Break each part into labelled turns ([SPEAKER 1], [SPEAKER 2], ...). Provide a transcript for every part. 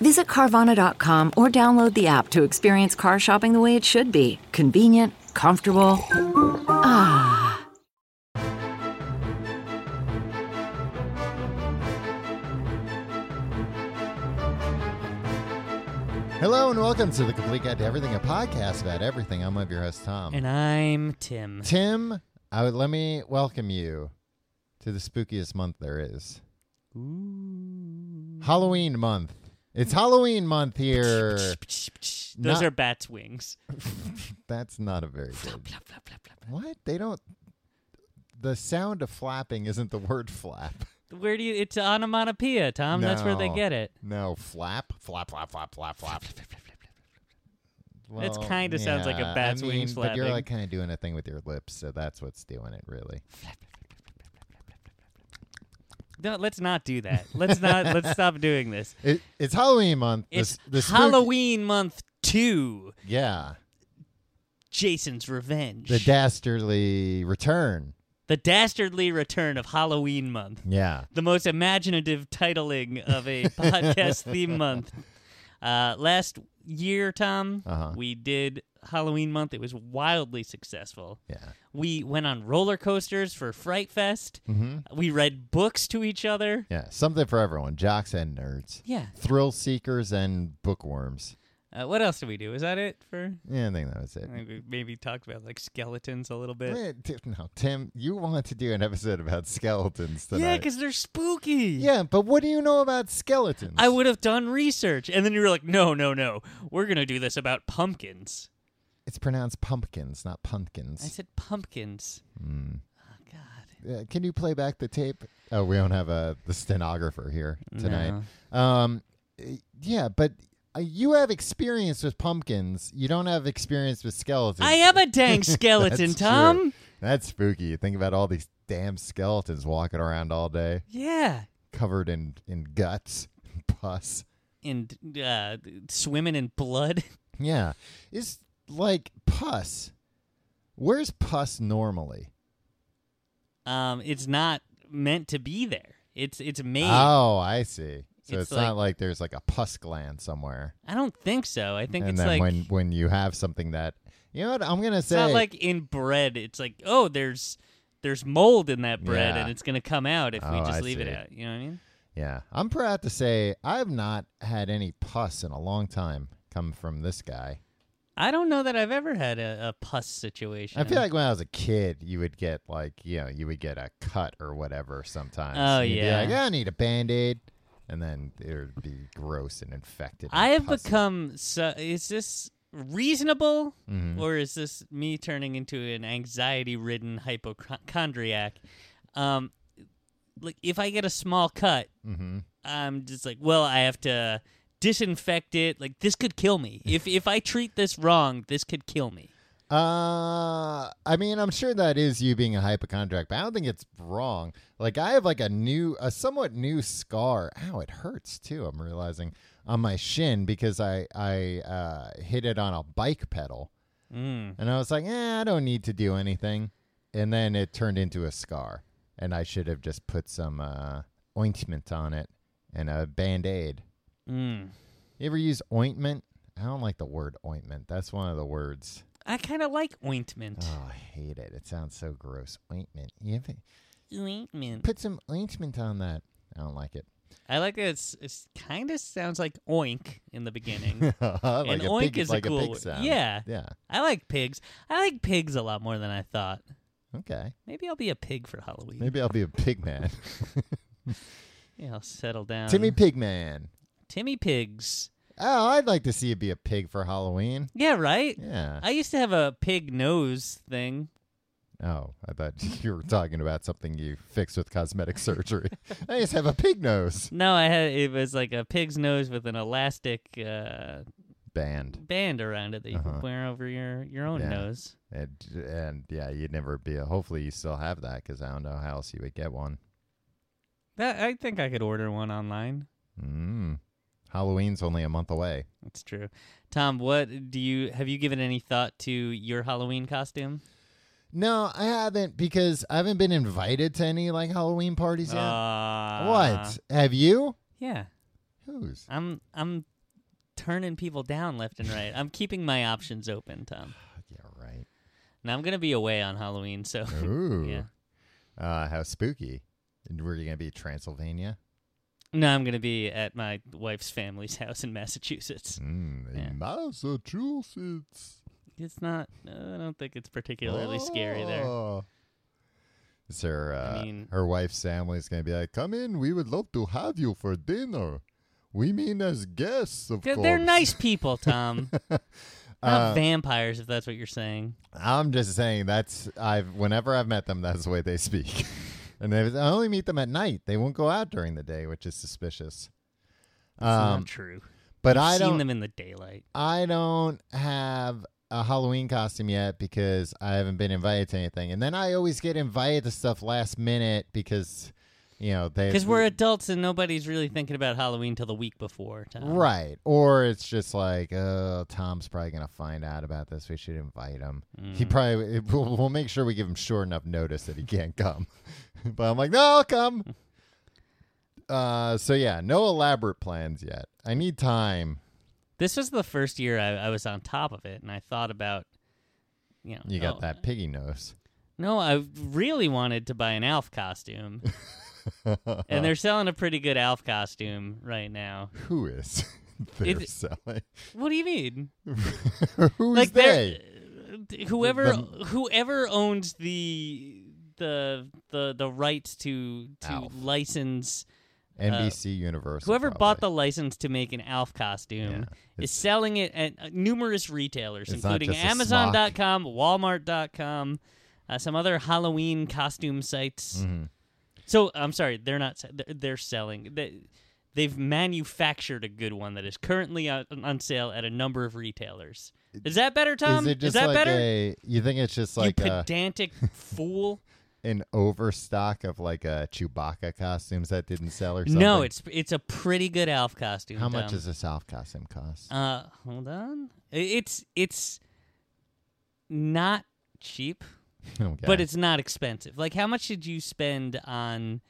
[SPEAKER 1] Visit Carvana.com or download the app to experience car shopping the way it should be convenient, comfortable.
[SPEAKER 2] Hello and welcome to the Complete Guide to Everything, a podcast about everything. I'm one of your host, Tom.
[SPEAKER 3] And I'm Tim.
[SPEAKER 2] Tim, I would let me welcome you to the spookiest month there is. Halloween month. It's Halloween month here.
[SPEAKER 3] Those
[SPEAKER 2] Not-
[SPEAKER 3] are bats' wings.
[SPEAKER 2] That's not a very good. What? They don't. The sound of flapping isn't the word flap.
[SPEAKER 3] Where do you? It's onomatopoeia, Tom. Um, That's where they
[SPEAKER 2] No.
[SPEAKER 3] get it.
[SPEAKER 2] No, flap, flap, flap, flap, flap, flap.
[SPEAKER 3] That's
[SPEAKER 2] Well,
[SPEAKER 3] kinda sounds like a
[SPEAKER 2] yeah, I
[SPEAKER 3] bat's wing
[SPEAKER 2] mean, But you're
[SPEAKER 3] flapping.
[SPEAKER 2] like kind of doing a thing with your lips, so that's what's doing it, really.
[SPEAKER 3] No, let's not do that. Let's not. let's stop doing this.
[SPEAKER 2] It, it's Halloween month. The
[SPEAKER 3] It's
[SPEAKER 2] s- the spook-
[SPEAKER 3] Halloween month two.
[SPEAKER 2] Yeah.
[SPEAKER 3] Jason's revenge.
[SPEAKER 2] The dastardly return.
[SPEAKER 3] The dastardly return of Halloween month.
[SPEAKER 2] Yeah.
[SPEAKER 3] The most imaginative titling of a podcast theme month. Uh, last year, Tom,
[SPEAKER 2] Uh-huh.
[SPEAKER 3] we did Halloween month. It was wildly successful.
[SPEAKER 2] Yeah.
[SPEAKER 3] We went on roller coasters for Fright Fest.
[SPEAKER 2] Mm-hmm.
[SPEAKER 3] We read books to each other.
[SPEAKER 2] Yeah. Something for everyone. Jocks and nerds.
[SPEAKER 3] Yeah.
[SPEAKER 2] Thrill seekers and bookworms.
[SPEAKER 3] Uh, what else did we do? Is that it for?
[SPEAKER 2] Yeah, I think that was it.
[SPEAKER 3] I think we maybe talked about like skeletons a little bit.
[SPEAKER 2] Wait, t- no, Tim, you wanted to do an episode about skeletons tonight.
[SPEAKER 3] yeah, because they're spooky.
[SPEAKER 2] Yeah, but what do you know about skeletons?
[SPEAKER 3] E. I would have done research, and then you were like, "No, no, no, we're gonna do this about pumpkins."
[SPEAKER 2] It's pronounced pumpkins, not pumpkins.
[SPEAKER 3] I said pumpkins.
[SPEAKER 2] Mm.
[SPEAKER 3] Oh God.
[SPEAKER 2] Uh, can you play back the tape? Oh, we don't have a the stenographer here tonight. Um, uh, yeah, but uh, you have experience with pumpkins. You don't have experience with skeletons.
[SPEAKER 3] I am a dang skeleton,
[SPEAKER 2] That's true.
[SPEAKER 3] Tom.
[SPEAKER 2] That's spooky. Think about all these damn skeletons walking around all day,
[SPEAKER 3] Yeah,
[SPEAKER 2] covered in in guts, pus.
[SPEAKER 3] and uh, swimming in blood.
[SPEAKER 2] Yeah, it's like pus. Where's pus normally?
[SPEAKER 3] Um, it's not meant to be there. It's it's made.
[SPEAKER 2] Oh, I see. So it's,
[SPEAKER 3] It's
[SPEAKER 2] not
[SPEAKER 3] like-
[SPEAKER 2] like there's like a pus gland somewhere.
[SPEAKER 3] I don't think so. I think
[SPEAKER 2] and
[SPEAKER 3] it's
[SPEAKER 2] then
[SPEAKER 3] like
[SPEAKER 2] when when you have something that you know what I'm gonna
[SPEAKER 3] it's
[SPEAKER 2] say,
[SPEAKER 3] not like in bread. It's like oh, there's there's mold in that bread,
[SPEAKER 2] Yeah.
[SPEAKER 3] and it's gonna come out if we
[SPEAKER 2] Oh,
[SPEAKER 3] just
[SPEAKER 2] I
[SPEAKER 3] leave
[SPEAKER 2] see.
[SPEAKER 3] it out. You know what I mean?
[SPEAKER 2] yeah, I'm proud to say I've not had any pus in a long time come from this guy.
[SPEAKER 3] I don't know that I've ever had a, a pus situation.
[SPEAKER 2] I feel like when I was a kid, you would get like you know you would get a cut or whatever sometimes.
[SPEAKER 3] Oh,
[SPEAKER 2] And you'd be
[SPEAKER 3] yeah.
[SPEAKER 2] like, I need a band aid, and then it would be gross and infected. and
[SPEAKER 3] I have
[SPEAKER 2] pus-
[SPEAKER 3] become so. Is this reasonable, or is this me turning into an anxiety-ridden hypochondriac? Um, like if I get a small cut, I'm just like, well, I have to disinfect it. Like this could kill me. If if I treat this wrong, this could kill me.
[SPEAKER 2] Uh, I mean, I'm sure that is you being a hypochondriac, but I don't think it's wrong. Like, I have like a new, a somewhat new scar. Ow, it hurts too. I'm realizing on my shin because I I uh, hit it on a bike pedal,
[SPEAKER 3] Mm.
[SPEAKER 2] and I was like, eh, I don't need to do anything, and then it turned into a scar, and I should have just put some uh, ointment on it and a band aid.
[SPEAKER 3] Mm.
[SPEAKER 2] You ever use ointment? I don't like the word ointment. That's one of the words.
[SPEAKER 3] I kind of like ointment.
[SPEAKER 2] Oh, I hate it. It sounds so gross. Ointment. You have to
[SPEAKER 3] Ointment.
[SPEAKER 2] put some ointment on that. I don't like it.
[SPEAKER 3] I like that. It's, it's kind of sounds like oink in the beginning.
[SPEAKER 2] like
[SPEAKER 3] And
[SPEAKER 2] a
[SPEAKER 3] oink
[SPEAKER 2] pig,
[SPEAKER 3] is a
[SPEAKER 2] like
[SPEAKER 3] cool
[SPEAKER 2] pig
[SPEAKER 3] word.
[SPEAKER 2] sound.
[SPEAKER 3] Yeah.
[SPEAKER 2] Yeah.
[SPEAKER 3] I like pigs. I like pigs a lot more than I thought.
[SPEAKER 2] Okay.
[SPEAKER 3] Maybe I'll be a pig for Halloween.
[SPEAKER 2] Maybe I'll be a pig man.
[SPEAKER 3] Yeah, I'll settle down.
[SPEAKER 2] Timmy Pigman.
[SPEAKER 3] Timmy Pigs.
[SPEAKER 2] Oh, I'd like to see you be a pig for Halloween.
[SPEAKER 3] Yeah, right?
[SPEAKER 2] Yeah.
[SPEAKER 3] I used to have a pig nose thing.
[SPEAKER 2] oh, I thought you were talking about something you fix with cosmetic surgery. I just have a pig nose.
[SPEAKER 3] No, I had it was like a pig's nose with an elastic uh
[SPEAKER 2] band.
[SPEAKER 3] band around it that you
[SPEAKER 2] Uh-huh.
[SPEAKER 3] could wear over your your own
[SPEAKER 2] Yeah.
[SPEAKER 3] nose.
[SPEAKER 2] And, and yeah, you'd never be. A, hopefully, you still have that because I don't know how else you would get one.
[SPEAKER 3] That I think I could order one online.
[SPEAKER 2] Mm. Halloween's only a month away.
[SPEAKER 3] That's true. Tom, what do you have you given any thought to your Halloween costume?
[SPEAKER 2] No, I haven't because I haven't been invited to any like Halloween parties yet.
[SPEAKER 3] Uh,
[SPEAKER 2] what have you?
[SPEAKER 3] Yeah.
[SPEAKER 2] Who's?
[SPEAKER 3] I'm I'm turning people down left and right. I'm keeping my options open, Tom.
[SPEAKER 2] Yeah, right.
[SPEAKER 3] Now I'm gonna be away on Halloween, so
[SPEAKER 2] Ooh.
[SPEAKER 3] yeah.
[SPEAKER 2] Uh, how spooky. And Were you going to be Transylvania?
[SPEAKER 3] No, I'm gonna be at my wife's family's house in Massachusetts.
[SPEAKER 2] Mm,
[SPEAKER 3] Yeah.
[SPEAKER 2] In Massachusetts.
[SPEAKER 3] It's not. Uh, I don't think it's particularly scary there.
[SPEAKER 2] Oh. Is her, uh,
[SPEAKER 3] I mean-
[SPEAKER 2] her wife's family's going to be like, come in, we would love to have you for dinner. We mean as guests, of
[SPEAKER 3] They're,
[SPEAKER 2] course. Uh,
[SPEAKER 3] they're nice people, Tom. not vampires, if that's what you're saying.
[SPEAKER 2] I'm just saying that's I've whenever I've met them, that's the way they speak. and they, I only meet them at night. They won't go out during the day, which is suspicious.
[SPEAKER 3] It's
[SPEAKER 2] Um,
[SPEAKER 3] not true.
[SPEAKER 2] but
[SPEAKER 3] I've
[SPEAKER 2] I
[SPEAKER 3] seen
[SPEAKER 2] don't.
[SPEAKER 3] them in the daylight.
[SPEAKER 2] I don't have a Halloween costume yet because I haven't been invited to anything. And then I always get invited to stuff last minute because you know they
[SPEAKER 3] Because we're adults and nobody's really thinking about Halloween till the week before. Tom.
[SPEAKER 2] Right. Or it's just like, oh, Tom's probably going to find out about this. We should invite him. He
[SPEAKER 3] Mm.
[SPEAKER 2] probably, it- we'll, we'll make sure we give him short enough notice that he can't come. but I'm like, no, I'll come. uh, so yeah, no elaborate plans yet. I need time.
[SPEAKER 3] This was the first year I, I was on top of it, and I thought about, you know,
[SPEAKER 2] You got
[SPEAKER 3] oh,
[SPEAKER 2] that piggy nose.
[SPEAKER 3] No, I really wanted to buy an Alf costume, and they're selling a pretty good Alf costume right now.
[SPEAKER 2] Who is they're
[SPEAKER 3] It-
[SPEAKER 2] selling?
[SPEAKER 3] What do you mean?
[SPEAKER 2] Who's
[SPEAKER 3] like
[SPEAKER 2] they?
[SPEAKER 3] they're- whoever
[SPEAKER 2] The-
[SPEAKER 3] whoever owns the the the the rights to to
[SPEAKER 2] Alf.
[SPEAKER 3] license
[SPEAKER 2] NBC Universal.
[SPEAKER 3] uh, whoever bought
[SPEAKER 2] probably.
[SPEAKER 3] the license to make an Alf costume
[SPEAKER 2] Yeah,
[SPEAKER 3] is selling it at uh, numerous retailers,
[SPEAKER 2] It's not
[SPEAKER 3] including
[SPEAKER 2] just a
[SPEAKER 3] Amazon.com, Walmart.com, uh, some other Halloween costume sites.
[SPEAKER 2] Mm-hmm.
[SPEAKER 3] So I'm sorry, they're not. se- they're- They're selling. They, they've manufactured a good one that is currently on, on sale at a number of retailers. Is that better, Tom?
[SPEAKER 2] Is it just
[SPEAKER 3] that
[SPEAKER 2] like
[SPEAKER 3] better?
[SPEAKER 2] a? You think it's just like
[SPEAKER 3] you
[SPEAKER 2] a?
[SPEAKER 3] pedantic fool.
[SPEAKER 2] an overstock of like uh Chewbacca costumes that didn't sell or something?
[SPEAKER 3] No, it's it's a pretty good Alf costume.
[SPEAKER 2] how much
[SPEAKER 3] Tom.
[SPEAKER 2] does a South costume cost?
[SPEAKER 3] Uh, hold on. I- It's it's not cheap,
[SPEAKER 2] Okay.
[SPEAKER 3] but it's not expensive. Like, how much did you spend on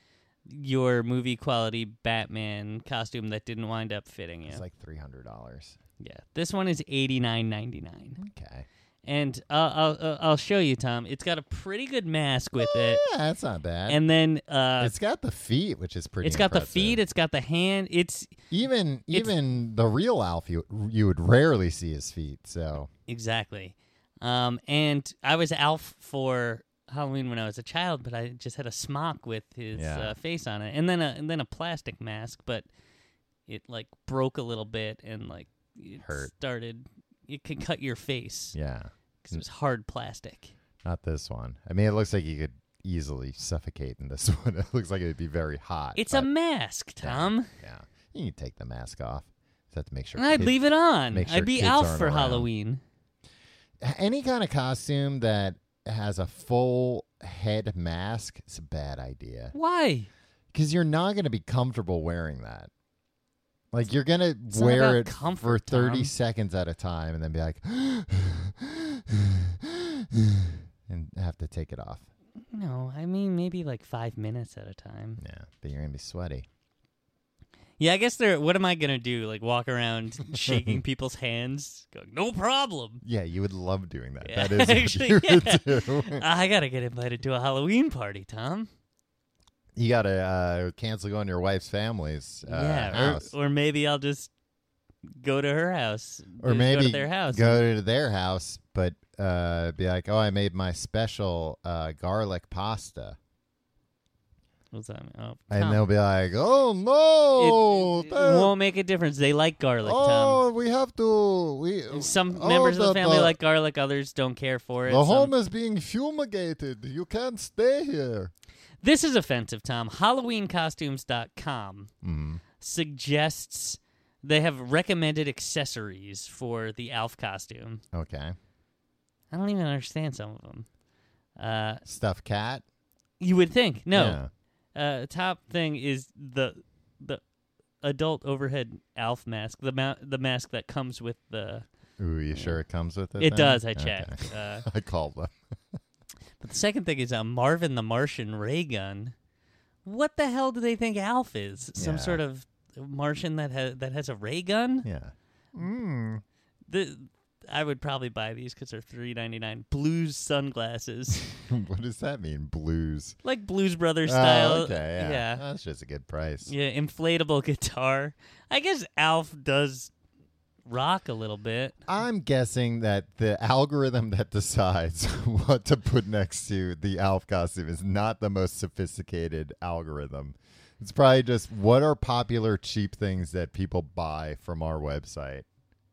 [SPEAKER 3] your movie quality Batman costume that didn't wind up fitting you?
[SPEAKER 2] it's like three hundred dollars.
[SPEAKER 3] yeah, this one is eighty nine ninety nine,
[SPEAKER 2] Okay,
[SPEAKER 3] and uh, I'll uh, I'll show you, Tom. It's got a pretty good mask with it,
[SPEAKER 2] yeah, that's not bad.
[SPEAKER 3] and then uh,
[SPEAKER 2] it's got the feet, which is pretty.
[SPEAKER 3] it's got the
[SPEAKER 2] impressive.
[SPEAKER 3] feet, it's got the hand, it's
[SPEAKER 2] Even
[SPEAKER 3] it's-
[SPEAKER 2] even the real Alf, you you would rarely see his feet. So
[SPEAKER 3] Exactly. Um, and I was Alf for Halloween when I was a child, but I just had a smock with his
[SPEAKER 2] Yeah.
[SPEAKER 3] uh, face on it, and then a and then a plastic mask, but it like broke a little bit and like it
[SPEAKER 2] Hurt.
[SPEAKER 3] started. It could cut your face
[SPEAKER 2] yeah,
[SPEAKER 3] because it was hard plastic.
[SPEAKER 2] not this one. I mean, it looks like you could easily suffocate in this one. It looks like it'd be very hot.
[SPEAKER 3] It's a
[SPEAKER 2] but,
[SPEAKER 3] mask, Tom.
[SPEAKER 2] yeah. You can take the mask off. Just have to make sure.
[SPEAKER 3] And I'd
[SPEAKER 2] kids-
[SPEAKER 3] leave it on.
[SPEAKER 2] make sure
[SPEAKER 3] I'd be
[SPEAKER 2] kids
[SPEAKER 3] Alf
[SPEAKER 2] aren't
[SPEAKER 3] for
[SPEAKER 2] around.
[SPEAKER 3] Halloween.
[SPEAKER 2] any kind of costume that has a full head mask it's a bad idea
[SPEAKER 3] Why?
[SPEAKER 2] because you're not going to be comfortable wearing that like you're going to
[SPEAKER 3] not about
[SPEAKER 2] wear it for
[SPEAKER 3] comfort,
[SPEAKER 2] 30
[SPEAKER 3] Tom.
[SPEAKER 2] seconds at a time and then be like and have to take it off
[SPEAKER 3] No, I mean maybe like five minutes at a time.
[SPEAKER 2] yeah but you're going to be sweaty
[SPEAKER 3] Yeah, I guess they're. What am I gonna do? Like walk around shaking people's hands, going, "No problem."
[SPEAKER 2] yeah you would love doing that
[SPEAKER 3] Yeah,
[SPEAKER 2] that is what
[SPEAKER 3] actually,
[SPEAKER 2] you
[SPEAKER 3] yeah.
[SPEAKER 2] would do
[SPEAKER 3] I gotta get invited to a Halloween party, Tom.
[SPEAKER 2] you gotta uh, cancel going to your wife's family's uh,
[SPEAKER 3] yeah,
[SPEAKER 2] house.
[SPEAKER 3] or, or maybe I'll just go to her house,
[SPEAKER 2] or
[SPEAKER 3] just
[SPEAKER 2] maybe
[SPEAKER 3] go to their house.
[SPEAKER 2] go to their house, but uh, be like, "Oh, I made my special uh, garlic pasta,"
[SPEAKER 3] What's that? mean? Oh,
[SPEAKER 2] and
[SPEAKER 3] Tom.
[SPEAKER 2] they'll be like, "Oh no,
[SPEAKER 3] it, it
[SPEAKER 2] that-
[SPEAKER 3] won't make a difference. They like garlic,
[SPEAKER 2] oh, we have to we
[SPEAKER 3] Tom. Some
[SPEAKER 2] oh,
[SPEAKER 3] members of the family
[SPEAKER 2] the,
[SPEAKER 3] like garlic, others don't care for it.
[SPEAKER 2] the
[SPEAKER 3] Some-
[SPEAKER 2] home is being fumigated. You can't stay here."
[SPEAKER 3] This
[SPEAKER 2] Mm-hmm.
[SPEAKER 3] is offensive, Tom. HalloweenCostumes.com suggests They have recommended accessories for the Alf costume.
[SPEAKER 2] Okay.
[SPEAKER 3] I don't even understand some of them. Uh,
[SPEAKER 2] Stuffed cat.
[SPEAKER 3] you would think
[SPEAKER 2] Yeah.
[SPEAKER 3] no. Uh, top thing is the the adult overhead Alf mask, the ma- the mask that comes with the.
[SPEAKER 2] Ooh, you sure it comes with it?
[SPEAKER 3] It
[SPEAKER 2] then?
[SPEAKER 3] does. I
[SPEAKER 2] Okay.
[SPEAKER 3] checked. Uh,
[SPEAKER 2] I called them.
[SPEAKER 3] But the second thing is a Marvin the Martian ray gun. What the hell do they think Alf is? Some
[SPEAKER 2] Yeah.
[SPEAKER 3] sort of Martian that has that has a ray gun?
[SPEAKER 2] Yeah.
[SPEAKER 3] The I would probably buy these because they're three ninety nine. Blues sunglasses,
[SPEAKER 2] what does that mean? Blues.
[SPEAKER 3] like Blues Brothers
[SPEAKER 2] Oh,
[SPEAKER 3] style.
[SPEAKER 2] okay. Yeah.
[SPEAKER 3] yeah,
[SPEAKER 2] That's just a good price.
[SPEAKER 3] Yeah, Inflatable guitar. I guess Alf does rock a little bit.
[SPEAKER 2] I'm guessing that the algorithm that decides what to put next to the Alf costume is not the most sophisticated algorithm. It's probably just what are popular cheap things that people buy from our website.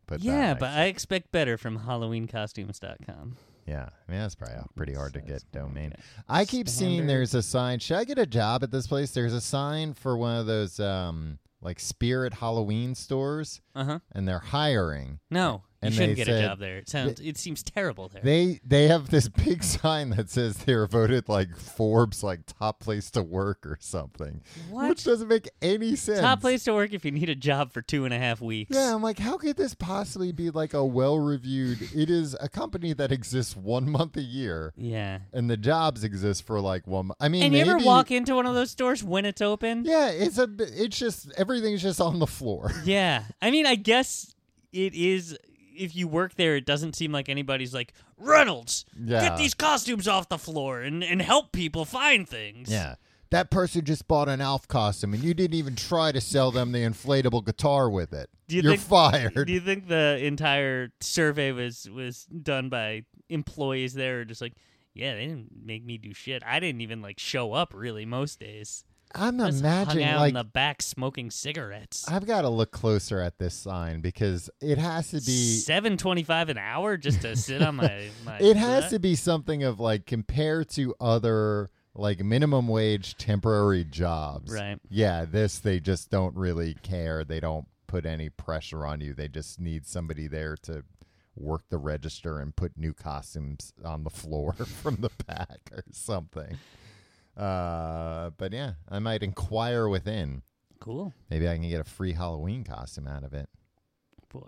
[SPEAKER 2] Put that
[SPEAKER 3] yeah,
[SPEAKER 2] next
[SPEAKER 3] but
[SPEAKER 2] to-
[SPEAKER 3] I expect better from HalloweenCostumes.com.
[SPEAKER 2] yeah, I mean that's probably pretty hard to get domain.
[SPEAKER 3] okay.
[SPEAKER 2] I keep seeing
[SPEAKER 3] Standard.
[SPEAKER 2] there's a sign. Should I get a job at this place? There's a sign for one of those um like Spirit Halloween stores,
[SPEAKER 3] Uh huh.
[SPEAKER 2] and they're hiring.
[SPEAKER 3] No, you
[SPEAKER 2] And
[SPEAKER 3] shouldn't
[SPEAKER 2] they
[SPEAKER 3] get
[SPEAKER 2] said-
[SPEAKER 3] a job there. It sounds it seems terrible there.
[SPEAKER 2] They they have this big sign that says they were voted like Forbes like top place to work or something,
[SPEAKER 3] What?
[SPEAKER 2] which doesn't make any sense.
[SPEAKER 3] Top place to work if you need a job for two and a half weeks.
[SPEAKER 2] Yeah, I'm like, how could this possibly be like a well reviewed? it is a company that exists one month a year,
[SPEAKER 3] Yeah.
[SPEAKER 2] and the jobs exist for like one. mo- I mean,
[SPEAKER 3] And you
[SPEAKER 2] maybe,
[SPEAKER 3] ever walk into one of those stores when it's open?
[SPEAKER 2] Yeah, it's a. b- It's just everything's just on the floor.
[SPEAKER 3] Yeah. I mean, I guess it is. If you work there, it doesn't seem like anybody's like Reynolds.
[SPEAKER 2] Yeah.
[SPEAKER 3] Get these costumes off the floor and and help people find things.
[SPEAKER 2] Yeah. That person just bought an Alf costume, and you didn't even try to sell them the inflatable guitar with it.
[SPEAKER 3] Do you
[SPEAKER 2] are
[SPEAKER 3] think-
[SPEAKER 2] fired.
[SPEAKER 3] Do you think the entire survey was was done by employees there, or just like, yeah, they didn't make me do shit. I didn't even like show up really most days.
[SPEAKER 2] I'm
[SPEAKER 3] Just
[SPEAKER 2] imagining
[SPEAKER 3] hung out
[SPEAKER 2] like
[SPEAKER 3] in the back smoking cigarettes.
[SPEAKER 2] I've got to look closer at this sign because it has to be
[SPEAKER 3] Seven twenty-five an hour just to sit on my. my
[SPEAKER 2] it has to be something of like compared to other like minimum wage temporary jobs.
[SPEAKER 3] Right.
[SPEAKER 2] Yeah, this they just don't really care. They don't put any pressure on you. They just need somebody there to work the register and put new costumes on the floor from the back or something. Uh, but yeah, I might inquire within.
[SPEAKER 3] Cool,
[SPEAKER 2] Maybe I can get a free Halloween costume out of it.
[SPEAKER 3] boy.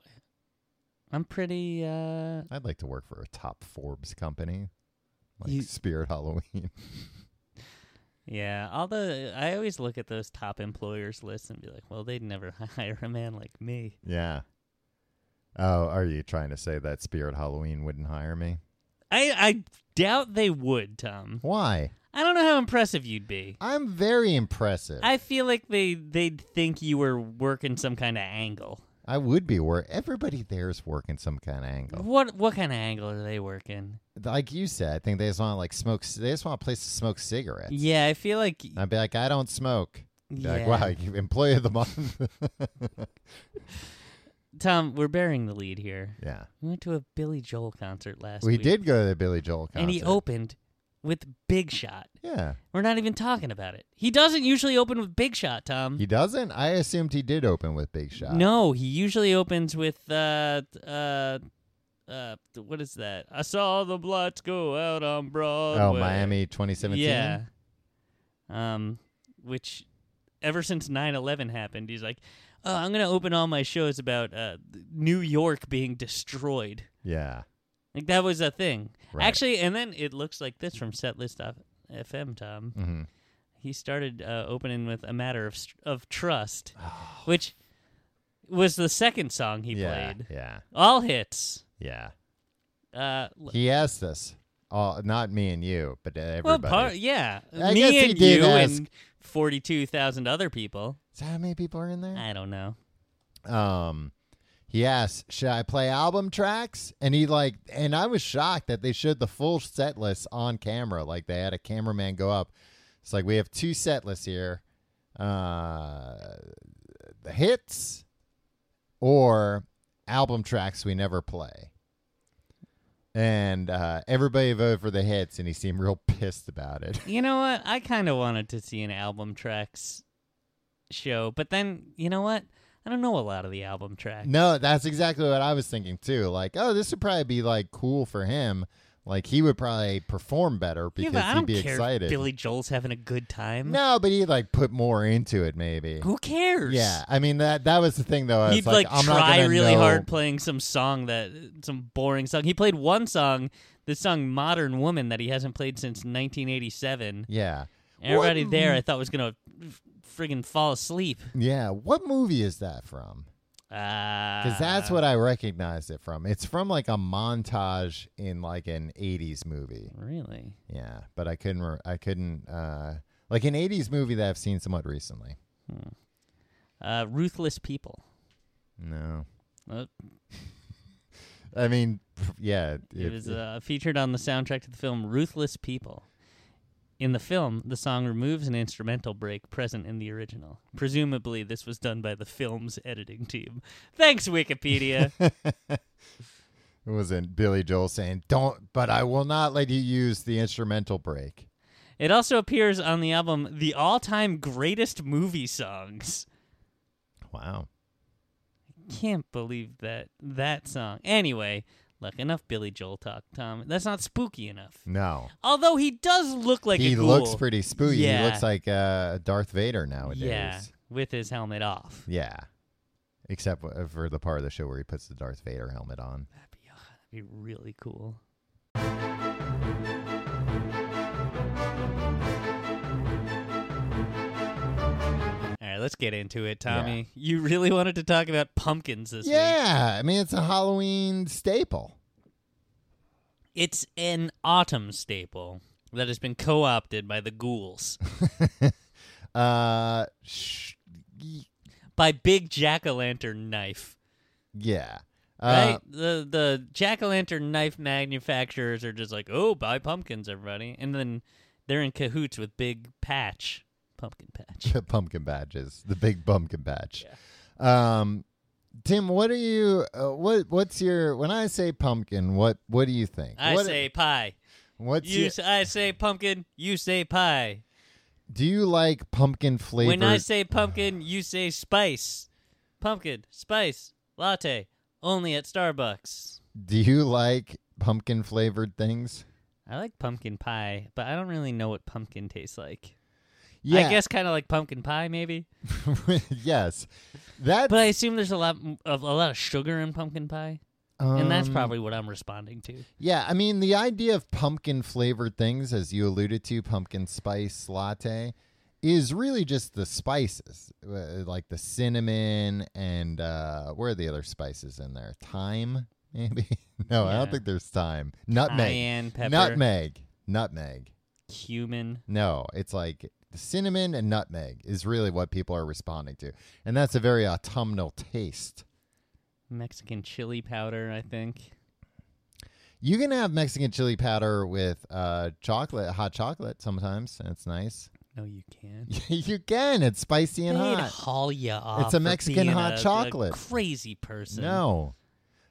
[SPEAKER 3] I'm pretty. uh
[SPEAKER 2] I'd like to work for a top Forbes company, like
[SPEAKER 3] You-
[SPEAKER 2] Spirit Halloween.
[SPEAKER 3] Yeah, all the I always look at those top employers lists and be like, well, they'd never hire a man like me.
[SPEAKER 2] yeah. Oh, are you trying to say that Spirit Halloween wouldn't hire me?
[SPEAKER 3] I I doubt they would, Tom.
[SPEAKER 2] Why?
[SPEAKER 3] I don't know how impressive you'd be.
[SPEAKER 2] I'm very impressive. I,
[SPEAKER 3] I feel like they they'd think you were working some kind of angle.
[SPEAKER 2] would be where everybody there is working some kind of angle.
[SPEAKER 3] What what kind of angle are they working?
[SPEAKER 2] Like you said, I think they just want to like smoke. c- They just want a place to smoke cigarettes.
[SPEAKER 3] Yeah, I feel like
[SPEAKER 2] I'd be like, I don't smoke. Be
[SPEAKER 3] yeah.
[SPEAKER 2] Like, wow, you employee of the month.
[SPEAKER 3] Tom, we're burying the lead here.
[SPEAKER 2] yeah,
[SPEAKER 3] We went to a Billy Joel concert last
[SPEAKER 2] we
[SPEAKER 3] week.
[SPEAKER 2] did go to the Billy Joel concert.
[SPEAKER 3] And he opened with Big Shot.
[SPEAKER 2] Yeah,
[SPEAKER 3] We're not even talking about it. He doesn't usually open with Big Shot, Tom.
[SPEAKER 2] he doesn't. I assumed he did open with Big Shot.
[SPEAKER 3] Mm-hmm. No, he usually opens with uh uh uh what is that? I saw the lights go out on Broadway.
[SPEAKER 2] Oh, Miami 2017.
[SPEAKER 3] Yeah. Um which ever since 9/11 happened, he's like, "Oh, I'm going to open all my shows about uh New York being destroyed."
[SPEAKER 2] Yeah.
[SPEAKER 3] Like that was a thing.
[SPEAKER 2] Right.
[SPEAKER 3] Actually, and then it looks like this from Setlist F- FM Tom.
[SPEAKER 2] Mm-hmm.
[SPEAKER 3] He started uh, opening with a matter of St- of trust, which was the second song he
[SPEAKER 2] Oh. yeah,
[SPEAKER 3] played.
[SPEAKER 2] Yeah.
[SPEAKER 3] All hits.
[SPEAKER 2] Yeah.
[SPEAKER 3] Uh, l-
[SPEAKER 2] He asked us. Oh, not me and you, but everybody.
[SPEAKER 3] well, part, yeah,
[SPEAKER 2] I
[SPEAKER 3] me
[SPEAKER 2] guess he
[SPEAKER 3] and
[SPEAKER 2] did
[SPEAKER 3] you
[SPEAKER 2] ask-
[SPEAKER 3] and forty-two thousand other people.
[SPEAKER 2] Is that how many people are in there?
[SPEAKER 3] I don't know.
[SPEAKER 2] Um, he asked, "Should I play album tracks?" And he like, and I was shocked that they showed the full set list on camera. Like they had a cameraman go up. It's like we have two set lists here: uh, the hits or album tracks we never play. And uh, everybody voted for the hits, and he seemed real pissed about it.
[SPEAKER 3] You know what? I kind of wanted to see an album tracks show, but then you know what? I don't know a lot of the album tracks.
[SPEAKER 2] No, that's exactly what I was thinking too. Like, oh, this would probably be like cool for him. Like he would probably perform better
[SPEAKER 3] yeah,
[SPEAKER 2] because
[SPEAKER 3] but I
[SPEAKER 2] he'd
[SPEAKER 3] don't
[SPEAKER 2] be
[SPEAKER 3] care
[SPEAKER 2] excited.
[SPEAKER 3] if Billy Joel's having a good time.
[SPEAKER 2] no, but he'd like put more into it, maybe.
[SPEAKER 3] Who cares?
[SPEAKER 2] Yeah, I mean that that was the thing though. I
[SPEAKER 3] He'd
[SPEAKER 2] was
[SPEAKER 3] like,
[SPEAKER 2] like, I'm not
[SPEAKER 3] try
[SPEAKER 2] gonna
[SPEAKER 3] really
[SPEAKER 2] know-
[SPEAKER 3] hard playing some song that some boring song. He played one song, the song "Modern Woman" that he hasn't played since 1987.
[SPEAKER 2] Yeah,
[SPEAKER 3] Everybody
[SPEAKER 2] What-
[SPEAKER 3] there, I thought was gonna f- friggin' fall asleep.
[SPEAKER 2] yeah. What movie is that from? Because
[SPEAKER 3] Because
[SPEAKER 2] that's what I recognized it from. It's from like a montage in like an '80s movie.
[SPEAKER 3] Really?
[SPEAKER 2] Yeah, but I couldn't. Re- I couldn't. uh Like an '80s movie that I've seen somewhat recently.
[SPEAKER 3] Uh, ruthless people.
[SPEAKER 2] No,
[SPEAKER 3] Uh,
[SPEAKER 2] I mean, pff, yeah. It,
[SPEAKER 3] it was uh, featured on the soundtrack to the film Ruthless People. In the film, the song removes an instrumental break present in the original. Presumably, this was done by the film's editing team. Thanks, Wikipedia.
[SPEAKER 2] It wasn't Billy Joel saying, "Don't," but I will not let you use the instrumental break.
[SPEAKER 3] it also appears on the album The All Time Greatest Movie Songs.
[SPEAKER 2] Wow.
[SPEAKER 3] Can't believe that that song. Anyway, look, enough Billy Joel talk, Tom. That's not spooky enough.
[SPEAKER 2] No.
[SPEAKER 3] Although he does look like
[SPEAKER 2] he
[SPEAKER 3] a ghoul.
[SPEAKER 2] looks pretty spooky.
[SPEAKER 3] Yeah.
[SPEAKER 2] He looks like uh, Darth Vader nowadays.
[SPEAKER 3] Yeah, with his helmet off.
[SPEAKER 2] Yeah. Except w- uh, for the part of the show where he puts the Darth Vader helmet on.
[SPEAKER 3] That'd be, ah, that'd be really cool. All right, let's get into it, Tommy. You really wanted to talk about pumpkins this week.
[SPEAKER 2] Yeah. I mean, it's a Halloween staple.
[SPEAKER 3] It's an autumn staple that has been co-opted by the ghouls,
[SPEAKER 2] Uh, sh- y-
[SPEAKER 3] by Big Jack-o'-lantern knife.
[SPEAKER 2] yeah.
[SPEAKER 3] Right?
[SPEAKER 2] Uh,
[SPEAKER 3] the the jack-o'-lantern knife manufacturers are just like, "Oh, buy pumpkins, everybody." And then they're in cahoots with Big Patch, Pumpkin Patch.
[SPEAKER 2] pumpkin badges. The big pumpkin badge. Um, Tim, what are you? Uh, what What's your? When I say pumpkin, what What do you think?
[SPEAKER 3] I
[SPEAKER 2] What-
[SPEAKER 3] say pie.
[SPEAKER 2] What's
[SPEAKER 3] You
[SPEAKER 2] your,
[SPEAKER 3] s I I say pumpkin, you say pie.
[SPEAKER 2] do you like pumpkin flavored?
[SPEAKER 3] When I say pumpkin, you say spice. Pumpkin, spice, latte, only at Starbucks.
[SPEAKER 2] do you like pumpkin flavored things?
[SPEAKER 3] I like pumpkin pie, but I don't really know what pumpkin tastes like.
[SPEAKER 2] Yeah.
[SPEAKER 3] I guess kind of like pumpkin pie maybe.
[SPEAKER 2] yes. That
[SPEAKER 3] But I assume there's a lot m- of a lot of sugar in pumpkin pie. and that's
[SPEAKER 2] um,
[SPEAKER 3] probably what I'm responding to.
[SPEAKER 2] Yeah, I mean the idea of pumpkin flavored things as you alluded to pumpkin spice latte is really just the spices uh, like the cinnamon and uh where are the other spices in there? Thyme maybe? no, I
[SPEAKER 3] Yeah.
[SPEAKER 2] don't think there's thyme. Nutmeg.
[SPEAKER 3] Cayenne pepper,
[SPEAKER 2] Nutmeg. Nutmeg.
[SPEAKER 3] cumin.
[SPEAKER 2] No, it's like cinnamon and nutmeg is really what people are responding to. And that's a very autumnal taste.
[SPEAKER 3] Mexican chili powder, I think.
[SPEAKER 2] You can have Mexican chili powder with uh, chocolate, hot chocolate sometimes, and it's nice.
[SPEAKER 3] No, you can't.
[SPEAKER 2] you can. It's spicy and
[SPEAKER 3] They'd
[SPEAKER 2] hot.
[SPEAKER 3] haul you off.
[SPEAKER 2] a
[SPEAKER 3] for
[SPEAKER 2] Mexican
[SPEAKER 3] being
[SPEAKER 2] hot
[SPEAKER 3] a- a
[SPEAKER 2] chocolate.
[SPEAKER 3] crazy person.
[SPEAKER 2] No.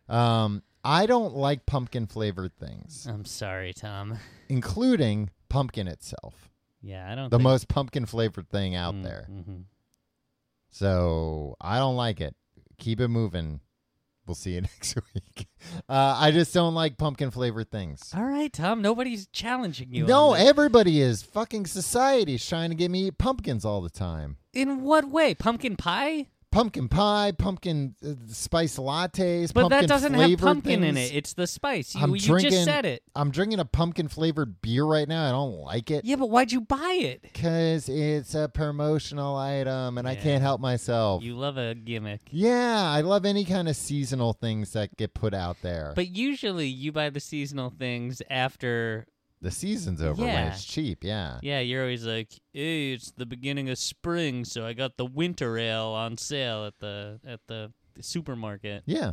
[SPEAKER 2] Um, I don't like pumpkin flavored things,
[SPEAKER 3] I'm sorry, Tom.
[SPEAKER 2] including pumpkin itself.
[SPEAKER 3] Yeah, I don't.
[SPEAKER 2] The
[SPEAKER 3] think...
[SPEAKER 2] most pumpkin flavored thing out
[SPEAKER 3] Mm,
[SPEAKER 2] there.
[SPEAKER 3] mhm.
[SPEAKER 2] So I don't like it. Keep it moving. We'll see you next week. Uh, I just don't like pumpkin flavored things.
[SPEAKER 3] All right, Tom. Nobody's challenging you.
[SPEAKER 2] no,
[SPEAKER 3] on this.
[SPEAKER 2] everybody is. Fucking society's trying to get me to eat pumpkins all the time.
[SPEAKER 3] in what way? Pumpkin pie?
[SPEAKER 2] Pumpkin pie, pumpkin uh, spice lattes,
[SPEAKER 3] But
[SPEAKER 2] pumpkin
[SPEAKER 3] that doesn't have
[SPEAKER 2] flavored
[SPEAKER 3] pumpkin in
[SPEAKER 2] things.
[SPEAKER 3] it. It's the spice. You,
[SPEAKER 2] I'm
[SPEAKER 3] you
[SPEAKER 2] drinking,
[SPEAKER 3] just said it.
[SPEAKER 2] I'm drinking a pumpkin flavored beer right now. I don't like it
[SPEAKER 3] Yeah, but why'd you buy it?
[SPEAKER 2] because it's a promotional item and I
[SPEAKER 3] Yeah.
[SPEAKER 2] can't help myself.
[SPEAKER 3] You love a gimmick.
[SPEAKER 2] yeah, I love any kind of seasonal things that get put out there.
[SPEAKER 3] But usually you buy the seasonal things after.
[SPEAKER 2] the season's over when
[SPEAKER 3] Yeah.
[SPEAKER 2] it's cheap. Yeah.
[SPEAKER 3] Yeah, you're always like, "Hey, it's the beginning of spring, so I got the winter ale on sale at the at the supermarket."
[SPEAKER 2] Yeah.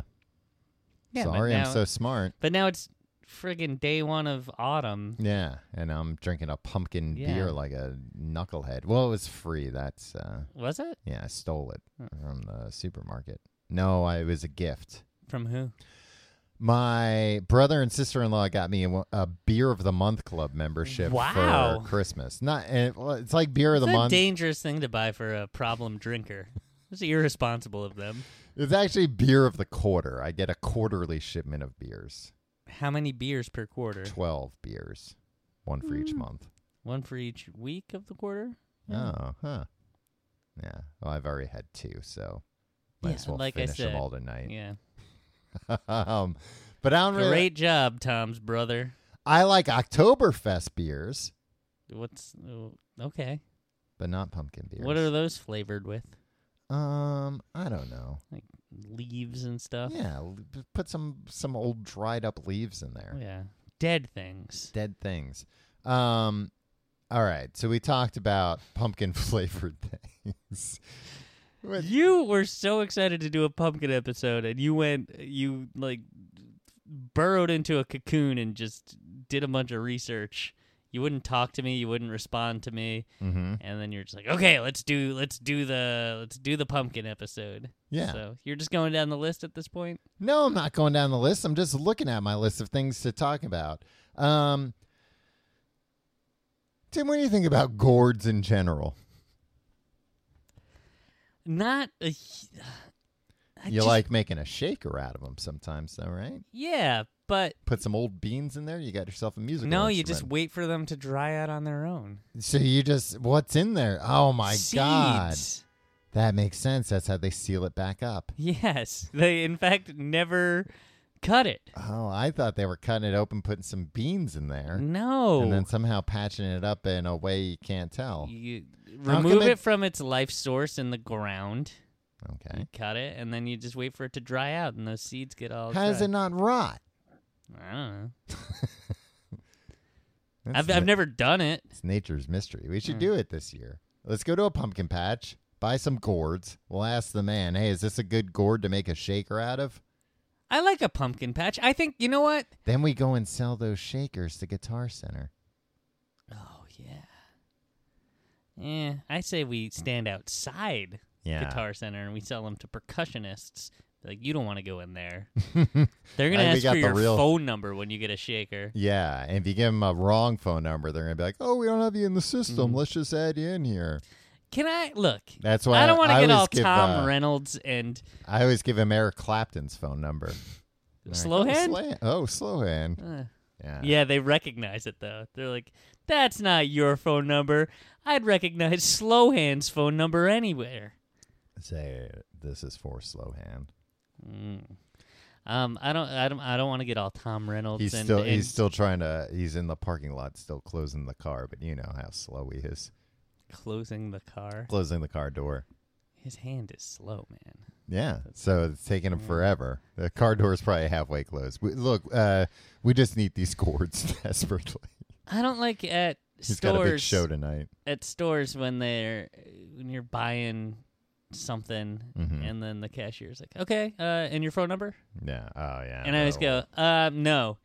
[SPEAKER 3] Yeah, but
[SPEAKER 2] Sorry,
[SPEAKER 3] now-
[SPEAKER 2] I'm so smart.
[SPEAKER 3] But now it's friggin' day one of autumn.
[SPEAKER 2] Yeah, and I'm drinking a pumpkin
[SPEAKER 3] Yeah.
[SPEAKER 2] beer like a knucklehead. Well, it was free. That's uh,
[SPEAKER 3] Was it
[SPEAKER 2] yeah, I stole it from the supermarket. No, I, it was a gift.
[SPEAKER 3] from who?
[SPEAKER 2] My brother and sister in law got me a, a beer of the month club membership
[SPEAKER 3] Wow.
[SPEAKER 2] for Christmas. Not and it, well, it's like beer of
[SPEAKER 3] It's
[SPEAKER 2] the
[SPEAKER 3] a
[SPEAKER 2] month.
[SPEAKER 3] dangerous thing to buy for a problem drinker. was irresponsible of them.
[SPEAKER 2] It's actually beer of the quarter. I get a quarterly shipment of beers.
[SPEAKER 3] How many beers per quarter?
[SPEAKER 2] 12 beers. One for
[SPEAKER 3] Hmm.
[SPEAKER 2] each month.
[SPEAKER 3] One for each week of the quarter.
[SPEAKER 2] Oh, huh. Yeah. Well, I've already had two, so might
[SPEAKER 3] Yeah,
[SPEAKER 2] as well
[SPEAKER 3] like I
[SPEAKER 2] finish them
[SPEAKER 3] said.
[SPEAKER 2] all tonight.
[SPEAKER 3] Yeah.
[SPEAKER 2] um, but I don't really.
[SPEAKER 3] Great job, Tom's brother.
[SPEAKER 2] I like Oktoberfest beers,
[SPEAKER 3] What's oh, okay?
[SPEAKER 2] but not pumpkin beers.
[SPEAKER 3] What are those flavored with?
[SPEAKER 2] Um, I don't know.
[SPEAKER 3] Like leaves and stuff.
[SPEAKER 2] Yeah, l- p- put some some old dried up leaves in there.
[SPEAKER 3] Oh, Yeah. Dead things.
[SPEAKER 2] Dead things. Um, all right. So we talked about pumpkin flavored things. But-
[SPEAKER 3] You were so excited to do a pumpkin episode, and you went, you like burrowed into a cocoon and just did a bunch of research. You wouldn't talk to me. You wouldn't respond to me.
[SPEAKER 2] Mhm.
[SPEAKER 3] And then you're just like, okay, let's do, let's do the, let's do the pumpkin episode.
[SPEAKER 2] Yeah.
[SPEAKER 3] So you're just going down the list at this point.
[SPEAKER 2] No, I'm not going down the list. I'm just looking at my list of things to talk about. Um, Tim, what do you think about gourds in general?
[SPEAKER 3] Not a. I
[SPEAKER 2] you
[SPEAKER 3] just-
[SPEAKER 2] like making a shaker out of them sometimes, though, right?
[SPEAKER 3] Yeah, but
[SPEAKER 2] Put some old beans in there. You got yourself a musical.
[SPEAKER 3] no, you just
[SPEAKER 2] instrument.
[SPEAKER 3] wait for them to dry out on their own.
[SPEAKER 2] so you just what's in there? Oh my god,
[SPEAKER 3] Seeds.
[SPEAKER 2] that makes sense. That's how they seal it back up.
[SPEAKER 3] Yes, they in fact never cut it.
[SPEAKER 2] Oh, I thought they were cutting it open, putting some beans in there,
[SPEAKER 3] No.
[SPEAKER 2] and then somehow patching it up in a way you can't tell.
[SPEAKER 3] you
[SPEAKER 2] How come
[SPEAKER 3] remove
[SPEAKER 2] it-
[SPEAKER 3] it from its life source in the ground,
[SPEAKER 2] Okay,
[SPEAKER 3] cut it, and then you just wait for it to dry out, and those seeds get all.
[SPEAKER 2] how does
[SPEAKER 3] dry.
[SPEAKER 2] it not rot?
[SPEAKER 3] I don't know.
[SPEAKER 2] That's
[SPEAKER 3] I've,
[SPEAKER 2] na-
[SPEAKER 3] I've never Hmm. done it.
[SPEAKER 2] It's nature's mystery. We should do it this year. Let's go to a pumpkin patch, buy some gourds. We'll ask the man, hey, is this a good gourd to make a shaker out of?
[SPEAKER 3] I like a pumpkin patch. I think you know what.
[SPEAKER 2] Then we go and sell those shakers to Guitar Center.
[SPEAKER 3] Oh yeah. Yeah, Eh, I say we stand outside
[SPEAKER 2] Yeah.
[SPEAKER 3] Guitar Center and we sell them to percussionists. Like you don't want to go in there. They're gonna
[SPEAKER 2] I think we
[SPEAKER 3] ask
[SPEAKER 2] got
[SPEAKER 3] for
[SPEAKER 2] the
[SPEAKER 3] your
[SPEAKER 2] real-
[SPEAKER 3] phone number when you get a shaker.
[SPEAKER 2] Yeah, and if you give them a wrong phone number, they're gonna be like, "Oh, we don't have you in the system. Let's just add you in here."
[SPEAKER 3] Can I look?
[SPEAKER 2] That's why
[SPEAKER 3] I don't want
[SPEAKER 2] I
[SPEAKER 3] to get
[SPEAKER 2] always
[SPEAKER 3] all
[SPEAKER 2] give,
[SPEAKER 3] Tom
[SPEAKER 2] uh,
[SPEAKER 3] Reynolds and
[SPEAKER 2] I always give him Eric Clapton's phone number. They're like,
[SPEAKER 3] slow hand.
[SPEAKER 2] Oh, Sla- oh, slow hand.
[SPEAKER 3] Uh,
[SPEAKER 2] Yeah.
[SPEAKER 3] yeah, they recognize it though. They're like, "That's not your phone number. I'd recognize Slowhand's phone number anywhere."
[SPEAKER 2] Say this is for slow hand.
[SPEAKER 3] Mm. Um, I don't, I don't, I don't want to get all Tom Reynolds.
[SPEAKER 2] He's
[SPEAKER 3] and,
[SPEAKER 2] still
[SPEAKER 3] and-
[SPEAKER 2] he's still trying to. He's in the parking lot, still closing the car. But you know how slow he is.
[SPEAKER 3] closing the car.
[SPEAKER 2] Closing the car door.
[SPEAKER 3] His hand is slow, man.
[SPEAKER 2] Yeah, so it's taking him forever. The car door is probably halfway closed. We, look, uh, we just need these cords desperately.
[SPEAKER 3] I don't like at
[SPEAKER 2] He's
[SPEAKER 3] stores
[SPEAKER 2] got a big show tonight.
[SPEAKER 3] at stores when they're when you're buying something
[SPEAKER 2] Mm-hmm.
[SPEAKER 3] and then the cashier's like, "Okay, uh, and your phone number?"
[SPEAKER 2] Yeah. Oh yeah.
[SPEAKER 3] and I always
[SPEAKER 2] no.
[SPEAKER 3] go, "Uh, no."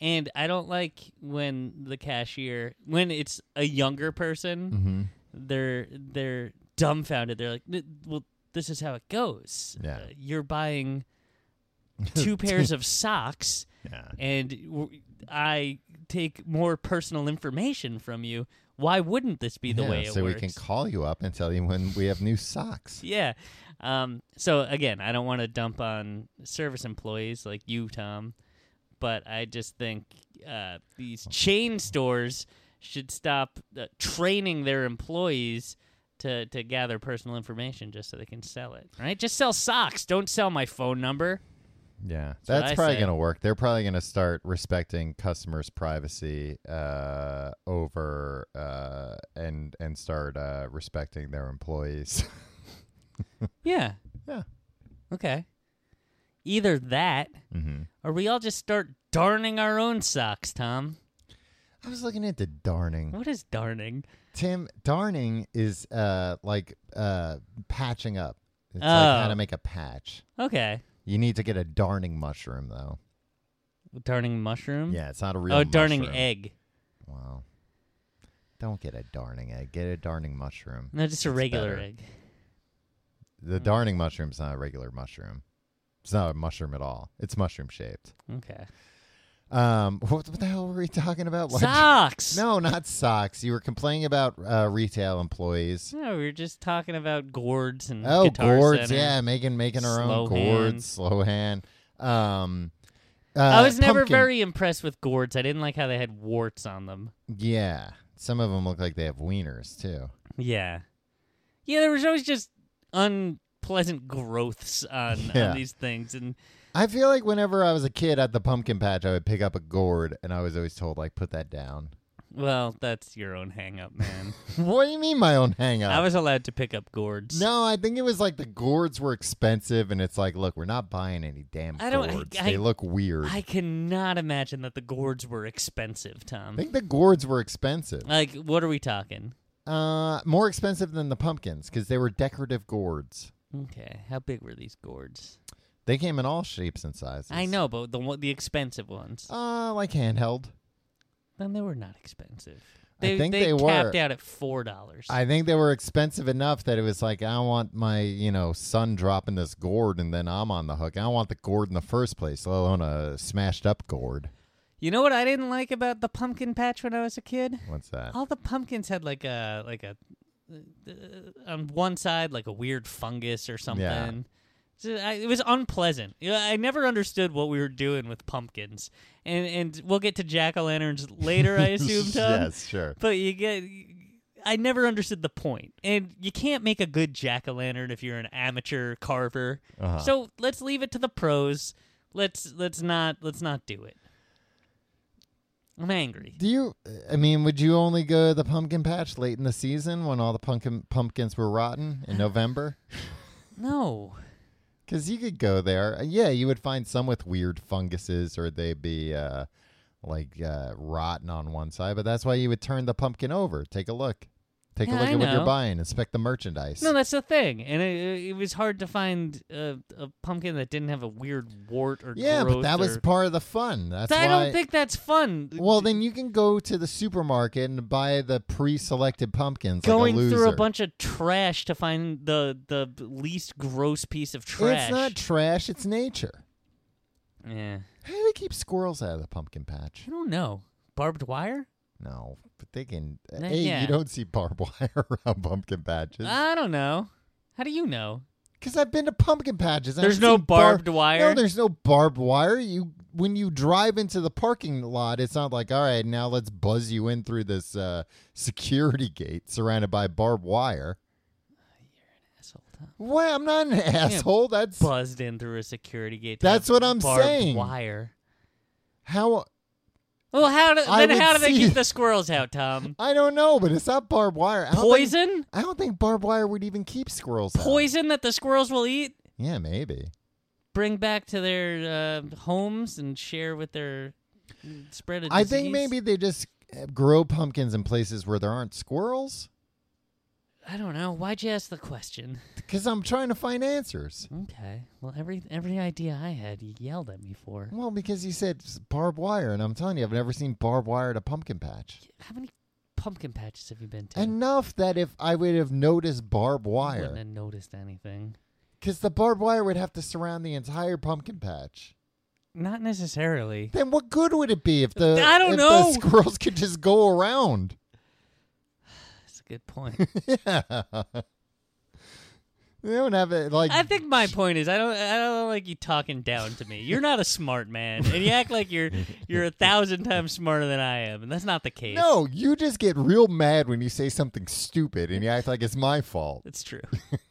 [SPEAKER 3] And I don't like when the cashier when it's a younger
[SPEAKER 2] Mm-hmm.
[SPEAKER 3] person, they're they're dumbfounded. They're like, "N- "Well, this is how it goes.
[SPEAKER 2] Yeah.
[SPEAKER 3] Uh, you're buying two pairs of socks."
[SPEAKER 2] Yeah.
[SPEAKER 3] and w- I take more personal information from you, why wouldn't this be the
[SPEAKER 2] Yeah,
[SPEAKER 3] way it
[SPEAKER 2] so
[SPEAKER 3] works?
[SPEAKER 2] we can call you up and tell you when we have new socks.
[SPEAKER 3] yeah. Um, so again, I don't want to dump on service employees like you, Tom, but I just think uh, these chain stores should stop uh, training their employees to, to gather personal information just so they can sell it. Right? Just sell socks. Don't sell my phone number.
[SPEAKER 2] Yeah,
[SPEAKER 3] what
[SPEAKER 2] that's
[SPEAKER 3] I
[SPEAKER 2] probably
[SPEAKER 3] say.
[SPEAKER 2] going to work. They're probably going to start respecting customers' privacy uh, over uh, and and start uh, respecting their employees.
[SPEAKER 3] Yeah.
[SPEAKER 2] yeah.
[SPEAKER 3] Okay. Either that
[SPEAKER 2] Mm-hmm.
[SPEAKER 3] Or we all just start darning our own socks, Tom.
[SPEAKER 2] I was looking into darning.
[SPEAKER 3] What is darning?
[SPEAKER 2] Tim, darning is uh like uh patching up. It's like how
[SPEAKER 3] Oh.
[SPEAKER 2] to make a patch.
[SPEAKER 3] Okay.
[SPEAKER 2] You need to get a darning mushroom though.
[SPEAKER 3] Darning mushroom?
[SPEAKER 2] Yeah, it's not a real.
[SPEAKER 3] Oh, darning
[SPEAKER 2] mushroom.
[SPEAKER 3] egg.
[SPEAKER 2] Wow. Don't get a darning egg. Get a darning mushroom.
[SPEAKER 3] No, just a
[SPEAKER 2] It's
[SPEAKER 3] regular
[SPEAKER 2] better.
[SPEAKER 3] egg.
[SPEAKER 2] The darning mushroom's not a regular mushroom. It's not a mushroom at all. It's mushroom shaped.
[SPEAKER 3] Okay.
[SPEAKER 2] Um, what, what the hell were we talking about? Why'd you-
[SPEAKER 3] Socks.
[SPEAKER 2] No, not socks. You were complaining about uh, retail employees.
[SPEAKER 3] No, we were just talking about gourds and
[SPEAKER 2] Oh,
[SPEAKER 3] Mm, guitar
[SPEAKER 2] gourds.
[SPEAKER 3] center.
[SPEAKER 2] Yeah, Megan making her
[SPEAKER 3] Slow
[SPEAKER 2] own
[SPEAKER 3] hand.
[SPEAKER 2] gourds. Slow hand. Um, uh,
[SPEAKER 3] I was never
[SPEAKER 2] pumpkin.
[SPEAKER 3] very impressed with gourds. I didn't like how they had warts on them.
[SPEAKER 2] Yeah, some of them look like they have wieners too.
[SPEAKER 3] Yeah. Yeah, there was always just unpleasant growths on,
[SPEAKER 2] Yeah.
[SPEAKER 3] on these things. And
[SPEAKER 2] I feel like whenever I was a kid at the pumpkin patch, I would pick up a gourd, and I was always told like put that down.
[SPEAKER 3] well, that's your own hang up, man.
[SPEAKER 2] what do you mean my own hang up?
[SPEAKER 3] I was allowed to pick up gourds.
[SPEAKER 2] no, I think it was like the gourds were expensive, and it's like, look, we're not buying any damn
[SPEAKER 3] I don't- I-
[SPEAKER 2] gourds.
[SPEAKER 3] I-
[SPEAKER 2] they look weird.
[SPEAKER 3] I cannot imagine that the gourds were expensive,
[SPEAKER 2] I
[SPEAKER 3] Tom.
[SPEAKER 2] think the gourds were expensive.
[SPEAKER 3] Like, what are we talking?
[SPEAKER 2] Uh, more expensive than the pumpkins because they were decorative gourds.
[SPEAKER 3] Okay, how big were these gourds?
[SPEAKER 2] They came in all shapes and sizes.
[SPEAKER 3] I know, but the one- the expensive ones.
[SPEAKER 2] Uh, like handheld.
[SPEAKER 3] Then they were not expensive.
[SPEAKER 2] I
[SPEAKER 3] They,
[SPEAKER 2] think
[SPEAKER 3] they,
[SPEAKER 2] they were.
[SPEAKER 3] capped out at four dollars.
[SPEAKER 2] I think they were expensive enough that it was like, I want my, you know, son dropping this gourd and then I'm on the hook. I don't want the gourd in the first place, let alone a smashed up gourd.
[SPEAKER 3] You know what I didn't like about the pumpkin patch when I was a kid?
[SPEAKER 2] What's that?
[SPEAKER 3] All the pumpkins had like a like a uh, on one side like a weird fungus or something. So I, it was unpleasant. You know, I never understood what we were doing with pumpkins, and and we'll get to jack o' lanterns later. I assume, Tom.
[SPEAKER 2] yes, sure.
[SPEAKER 3] But you get, I never understood the point. And you can't make a good jack o' lantern if you're an amateur carver.
[SPEAKER 2] Uh-huh.
[SPEAKER 3] So let's leave it to the pros. Let's let's not let's not do it. I'm angry.
[SPEAKER 2] Do you, I mean, would you only go to the pumpkin patch late in the season when all the pumpkin pumpkins were rotten in November?
[SPEAKER 3] No,
[SPEAKER 2] Because you could go there. Uh, Yeah, you would find some with weird funguses or they'd be uh, like uh, rotten on one side. But that's why you would turn the pumpkin over. Take a look. Take
[SPEAKER 3] Yeah,
[SPEAKER 2] a look
[SPEAKER 3] I
[SPEAKER 2] at what
[SPEAKER 3] know.
[SPEAKER 2] you're buying. Inspect the merchandise.
[SPEAKER 3] no, that's the thing. And it, it was hard to find a, a pumpkin that didn't have a weird wart or
[SPEAKER 2] yeah, but
[SPEAKER 3] growth
[SPEAKER 2] that was
[SPEAKER 3] or-
[SPEAKER 2] part of the fun. That's why.
[SPEAKER 3] I don't think that's fun.
[SPEAKER 2] Well, then you can go to the supermarket and buy the pre-selected pumpkins.
[SPEAKER 3] going
[SPEAKER 2] like a
[SPEAKER 3] through a
[SPEAKER 2] loser.
[SPEAKER 3] bunch of trash to find the the least gross piece of trash.
[SPEAKER 2] It's not trash. It's nature.
[SPEAKER 3] Yeah.
[SPEAKER 2] How do they keep squirrels out of the pumpkin patch?
[SPEAKER 3] I don't know. Barbed wire?
[SPEAKER 2] No, but they can.
[SPEAKER 3] Uh,
[SPEAKER 2] hey,
[SPEAKER 3] yeah.
[SPEAKER 2] you don't see barbed wire around pumpkin patches.
[SPEAKER 3] I don't know. How do you know?
[SPEAKER 2] Because I've been to pumpkin patches. I
[SPEAKER 3] There's
[SPEAKER 2] haven't
[SPEAKER 3] no
[SPEAKER 2] seen bar-
[SPEAKER 3] barbed wire?
[SPEAKER 2] No, there's no barbed wire. You when you drive into the parking lot, it's not like all right, now let's buzz you in through this uh, security gate surrounded by barbed wire.
[SPEAKER 3] Asshole, Tom.
[SPEAKER 2] Well, I'm not an asshole. That's
[SPEAKER 3] Buzzed in through a security gate. to
[SPEAKER 2] That's
[SPEAKER 3] have
[SPEAKER 2] what I'm
[SPEAKER 3] barbed
[SPEAKER 2] saying.
[SPEAKER 3] Wire.
[SPEAKER 2] how
[SPEAKER 3] Well, how do
[SPEAKER 2] I
[SPEAKER 3] then? How do
[SPEAKER 2] would
[SPEAKER 3] they
[SPEAKER 2] see-
[SPEAKER 3] keep the squirrels out, Tom?
[SPEAKER 2] I don't know, but it's not barbed wire. I don't think-
[SPEAKER 3] Poison?
[SPEAKER 2] I don't think barbed wire would even keep squirrels. out.
[SPEAKER 3] Poison that the squirrels will eat.
[SPEAKER 2] Yeah, maybe.
[SPEAKER 3] Bring back to their uh, homes and share with their mm, spread of
[SPEAKER 2] I think
[SPEAKER 3] disease?
[SPEAKER 2] maybe they just uh, grow pumpkins in places where there aren't squirrels.
[SPEAKER 3] I don't know. Why'd you ask the question?
[SPEAKER 2] Because I'm trying to find answers.
[SPEAKER 3] Okay. Well, every every idea I had, you yelled at me for.
[SPEAKER 2] Well, because you said s- barbed wire, and I'm telling you, I've never seen barbed wire at a pumpkin patch.
[SPEAKER 3] How many pumpkin patches have you been to?
[SPEAKER 2] Enough that if I would have noticed barbed
[SPEAKER 3] Wouldn't
[SPEAKER 2] wire,
[SPEAKER 3] have noticed anything.
[SPEAKER 2] because the barbed wire would have to surround the entire pumpkin patch.
[SPEAKER 3] Not necessarily.
[SPEAKER 2] Then what good would it be if the
[SPEAKER 3] I don't
[SPEAKER 2] if
[SPEAKER 3] know.
[SPEAKER 2] the squirrels could just go around?
[SPEAKER 3] That's a good point.
[SPEAKER 2] yeah, they don't have it like.
[SPEAKER 3] I think my point is I don't I don't like you talking down to me. You're not a smart man, and you act like you're you're a thousand times smarter than I am, and that's not the case.
[SPEAKER 2] no, you just get real mad when you say something stupid and you act like it's my fault.
[SPEAKER 3] it's true.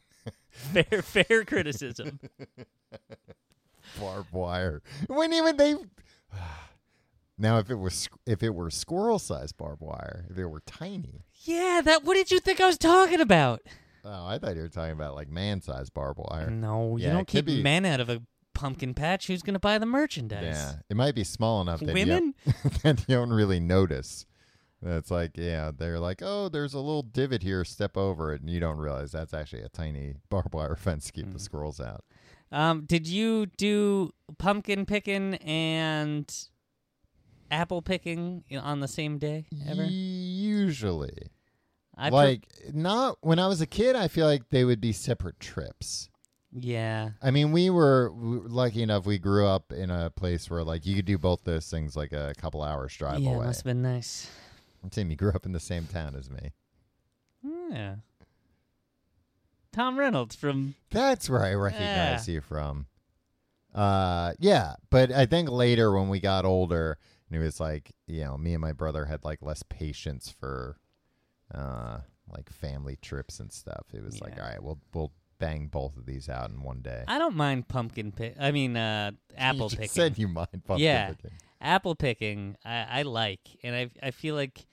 [SPEAKER 3] fair fair criticism.
[SPEAKER 2] barbed wire. When even they now, if it was squ- if it were squirrel sized barbed wire, if it were tiny,
[SPEAKER 3] Yeah, that. What did you think I was talking about?
[SPEAKER 2] oh, I thought you were talking about like man sized barbed wire.
[SPEAKER 3] No, you
[SPEAKER 2] Yeah, it
[SPEAKER 3] don't
[SPEAKER 2] could
[SPEAKER 3] keep
[SPEAKER 2] be-
[SPEAKER 3] men out of a pumpkin patch. Who's gonna buy the merchandise?
[SPEAKER 2] Yeah, it might be small enough that
[SPEAKER 3] Women?
[SPEAKER 2] you, that you don't really notice. That's like, yeah, they're like, oh, there's a little divot here, step over it, and you don't realize that's actually a tiny barbed wire fence to keep
[SPEAKER 3] Mm.
[SPEAKER 2] the squirrels out.
[SPEAKER 3] Um, did you do pumpkin picking and apple picking on the same day ever?
[SPEAKER 2] Usually,
[SPEAKER 3] I pre-
[SPEAKER 2] like not when I was a kid, I feel like they would be separate trips.
[SPEAKER 3] Yeah.
[SPEAKER 2] I mean, we were we were lucky enough. We grew up in a place where like you could do both those things like a couple hours drive
[SPEAKER 3] yeah, it
[SPEAKER 2] away.
[SPEAKER 3] must have been nice.
[SPEAKER 2] Tim, you grew up in the same town as me.
[SPEAKER 3] Yeah. Tom Reynolds from
[SPEAKER 2] That's where I recognize you from. Uh, yeah, but I think later when we got older, and it was like you know, me and my brother had like less patience for, uh, like family trips and stuff. It was like,
[SPEAKER 3] Yeah.
[SPEAKER 2] all right, we'll we'll bang both of these out in one day.
[SPEAKER 3] I don't mind pumpkin pick. I mean, uh, apple
[SPEAKER 2] you just
[SPEAKER 3] picking.
[SPEAKER 2] Said you mind pumpkin
[SPEAKER 3] Yeah.
[SPEAKER 2] picking.
[SPEAKER 3] apple picking, I, I like, and I I feel like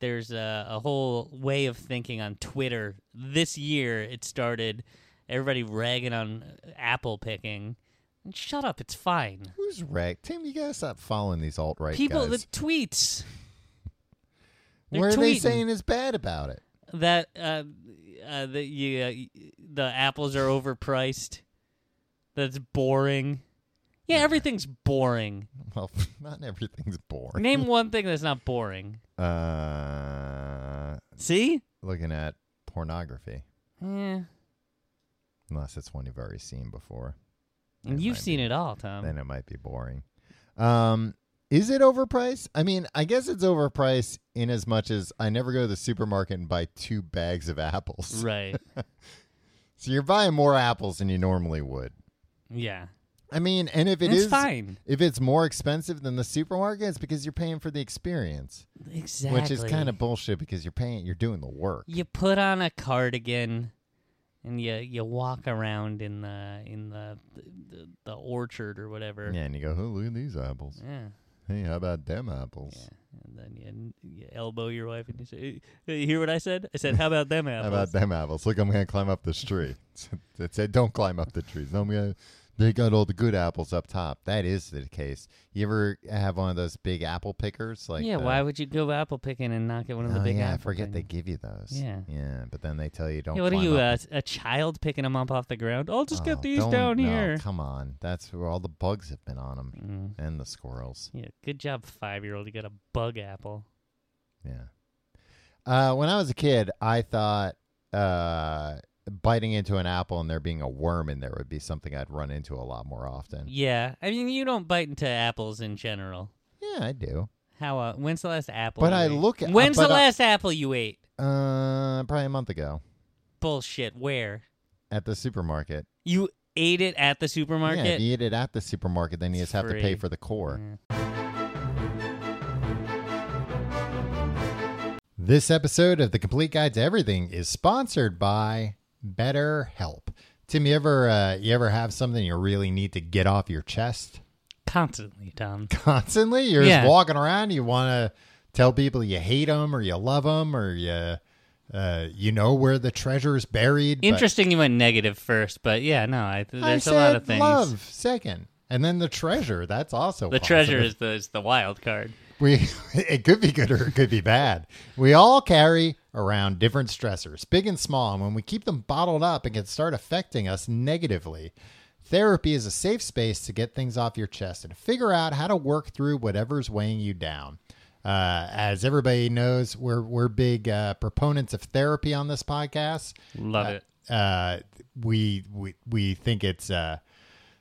[SPEAKER 3] there's a, a whole way of thinking on Twitter. This year, it started everybody ragging on apple picking. And shut up, it's fine.
[SPEAKER 2] Who's wrecked? Tim, you gotta stop following these alt right
[SPEAKER 3] People,
[SPEAKER 2] guys.
[SPEAKER 3] the tweets. They're
[SPEAKER 2] What are they
[SPEAKER 3] tweeting.
[SPEAKER 2] saying is bad about it?
[SPEAKER 3] that uh, uh, the you, uh, y- the apples are overpriced. That's boring. Yeah, everything's boring.
[SPEAKER 2] Well, not everything's boring.
[SPEAKER 3] Name one thing that's not boring.
[SPEAKER 2] Uh,
[SPEAKER 3] See?
[SPEAKER 2] looking at pornography,
[SPEAKER 3] Yeah.
[SPEAKER 2] unless it's one you've already seen before,
[SPEAKER 3] And
[SPEAKER 2] It
[SPEAKER 3] you've
[SPEAKER 2] might
[SPEAKER 3] seen
[SPEAKER 2] be.
[SPEAKER 3] it all, Tom.
[SPEAKER 2] then it might be boring. Um, is it overpriced? I mean, I guess it's overpriced in as much as I never go to the supermarket and buy two bags of apples.
[SPEAKER 3] Right.
[SPEAKER 2] So you're buying more apples than you normally would.
[SPEAKER 3] Yeah.
[SPEAKER 2] I mean, and if it
[SPEAKER 3] And it's
[SPEAKER 2] is-
[SPEAKER 3] fine.
[SPEAKER 2] if it's more expensive than the supermarket, it's because you're paying for the experience.
[SPEAKER 3] Exactly.
[SPEAKER 2] Which is kind of bullshit because you're paying, you're doing the work.
[SPEAKER 3] you put on a cardigan and you you walk around in the in the the, the orchard or whatever.
[SPEAKER 2] Yeah, and you go, oh, look at these apples.
[SPEAKER 3] Yeah.
[SPEAKER 2] Hey, how about them apples?
[SPEAKER 3] And then you, you elbow your wife and you say, "Hey, you hear what I said? I said, how about them
[SPEAKER 2] How
[SPEAKER 3] apples?
[SPEAKER 2] about them apples? Look, I'm gonna climb up this tree. it said, don't climb up the trees. No, I'm gonna. They got all the good apples up top. That is the case. You ever have one of those big apple pickers? Like
[SPEAKER 3] yeah,
[SPEAKER 2] the-
[SPEAKER 3] why would you go apple picking and not get one of the
[SPEAKER 2] Oh,
[SPEAKER 3] big
[SPEAKER 2] yeah, I
[SPEAKER 3] apple
[SPEAKER 2] forget they
[SPEAKER 3] thing?
[SPEAKER 2] give you those.
[SPEAKER 3] Yeah.
[SPEAKER 2] yeah, but then they tell you don't.
[SPEAKER 3] Yeah, what are
[SPEAKER 2] climb
[SPEAKER 3] you,
[SPEAKER 2] up
[SPEAKER 3] uh, a child picking them up off the ground? I'll just
[SPEAKER 2] Oh,
[SPEAKER 3] get these
[SPEAKER 2] don't-
[SPEAKER 3] down
[SPEAKER 2] no,
[SPEAKER 3] here. Mm,
[SPEAKER 2] come on, that's where all the bugs have been on them, and the squirrels.
[SPEAKER 3] Yeah, good job, five year old. You got a bug apple.
[SPEAKER 2] Yeah. Uh, when I was a kid, I thought uh, biting into an apple and there being a worm in there would be something I'd run into a lot more often.
[SPEAKER 3] Yeah, I mean, you don't bite into apples in general.
[SPEAKER 2] Yeah, I do.
[SPEAKER 3] How? Uh, when's the last apple?
[SPEAKER 2] But
[SPEAKER 3] you
[SPEAKER 2] I
[SPEAKER 3] ate?
[SPEAKER 2] look at-
[SPEAKER 3] When's the
[SPEAKER 2] but I-
[SPEAKER 3] last apple you ate?
[SPEAKER 2] Uh, probably a month ago
[SPEAKER 3] Bullshit. Where?
[SPEAKER 2] at the supermarket.
[SPEAKER 3] You ate it at
[SPEAKER 2] Yeah,
[SPEAKER 3] the
[SPEAKER 2] if
[SPEAKER 3] supermarket?
[SPEAKER 2] you eat it at the supermarket, then you
[SPEAKER 3] It's
[SPEAKER 2] just have to pay
[SPEAKER 3] free.
[SPEAKER 2] for the core.
[SPEAKER 3] Mm.
[SPEAKER 2] This episode of The Complete Guide to Everything is sponsored by BetterHelp. Tim, you ever uh, you ever have something you really need to get off your chest?
[SPEAKER 3] Constantly, Tom.
[SPEAKER 2] constantly. You're
[SPEAKER 3] Yeah.
[SPEAKER 2] just walking around. You want to tell people you hate them or you love them or you uh, you know where the treasure is buried. but-
[SPEAKER 3] Interesting. You went negative first, but yeah, no. I, th-
[SPEAKER 2] I
[SPEAKER 3] there's
[SPEAKER 2] said
[SPEAKER 3] a lot of things.
[SPEAKER 2] love second, and then the treasure. That's also
[SPEAKER 3] The treasure is the is the wild card.
[SPEAKER 2] We it could be good or it could be bad. We all carry around different stressors, big and small, and when we keep them bottled up, it can start affecting us negatively. Therapy is a safe space to get things off your chest and figure out how to work through whatever's weighing you down. Uh, as everybody knows, we're we're big uh, proponents of therapy on this podcast.
[SPEAKER 3] Love it.
[SPEAKER 2] Uh, we we we think it's uh,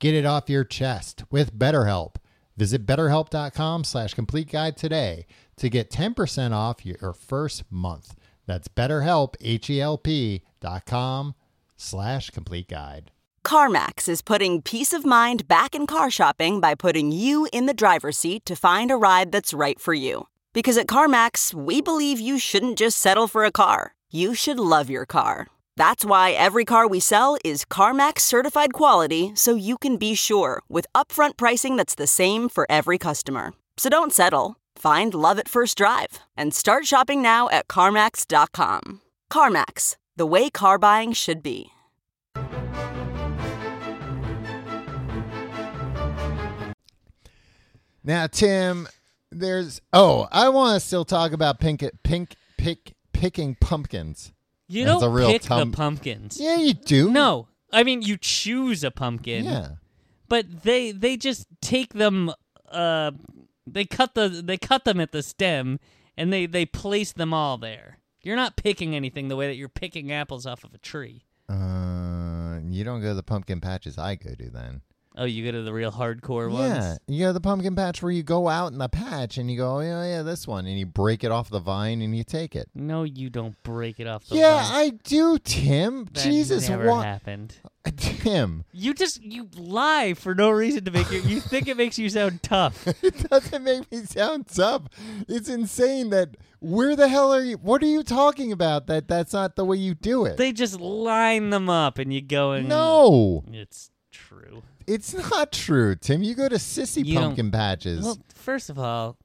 [SPEAKER 2] Get it off your chest with BetterHelp. Visit betterhelp.com slash complete guide today to get 10% off your first month. That's betterhelp, H-E-L-P dot com slash complete guide.
[SPEAKER 4] CarMax is putting peace of mind back in car shopping by putting you in the driver's seat to find a ride that's right for you. Because at CarMax, we believe you shouldn't just settle for a car, you should love your car. That's why every car we sell is CarMax certified quality so you can be sure with upfront pricing that's the same for every customer. So don't settle. Find love at first drive and start shopping now at CarMax.com. CarMax, the way car buying should be.
[SPEAKER 2] Now, Tim, there's oh, I want to still talk about pink pink pick picking pumpkins.
[SPEAKER 3] You
[SPEAKER 2] That's
[SPEAKER 3] don't
[SPEAKER 2] a real
[SPEAKER 3] pick
[SPEAKER 2] tum-
[SPEAKER 3] the pumpkins.
[SPEAKER 2] Yeah, you do.
[SPEAKER 3] No, I mean you choose a pumpkin.
[SPEAKER 2] Yeah.
[SPEAKER 3] But they they just take them. Uh, they cut the they cut them at the stem, and they they place them all there. You're not picking anything the way that you're picking apples off of a tree.
[SPEAKER 2] Uh, you don't go to the pumpkin patches I go to then.
[SPEAKER 3] Oh, you go to the real hardcore
[SPEAKER 2] Yeah,
[SPEAKER 3] ones.
[SPEAKER 2] you go to the pumpkin patch where you go out in the patch and you go, oh, yeah, yeah, this one, and you break it off the vine and you take it.
[SPEAKER 3] No, you don't break it off the.
[SPEAKER 2] yeah,
[SPEAKER 3] vine.
[SPEAKER 2] I do, Tim.
[SPEAKER 3] That
[SPEAKER 2] Jesus,
[SPEAKER 3] never
[SPEAKER 2] what,
[SPEAKER 3] happened.
[SPEAKER 2] Tim?
[SPEAKER 3] You just you lie for no reason to make you. You think it makes you sound tough.
[SPEAKER 2] It doesn't make me sound tough. It's insane that where the hell are you? What are you talking about? That that's not the way you do it.
[SPEAKER 3] They just line them up, and you go and
[SPEAKER 2] no,
[SPEAKER 3] It's true.
[SPEAKER 2] it's not true, Tim. You go to sissy
[SPEAKER 3] You don't-
[SPEAKER 2] pumpkin patches.
[SPEAKER 3] Well, first of all,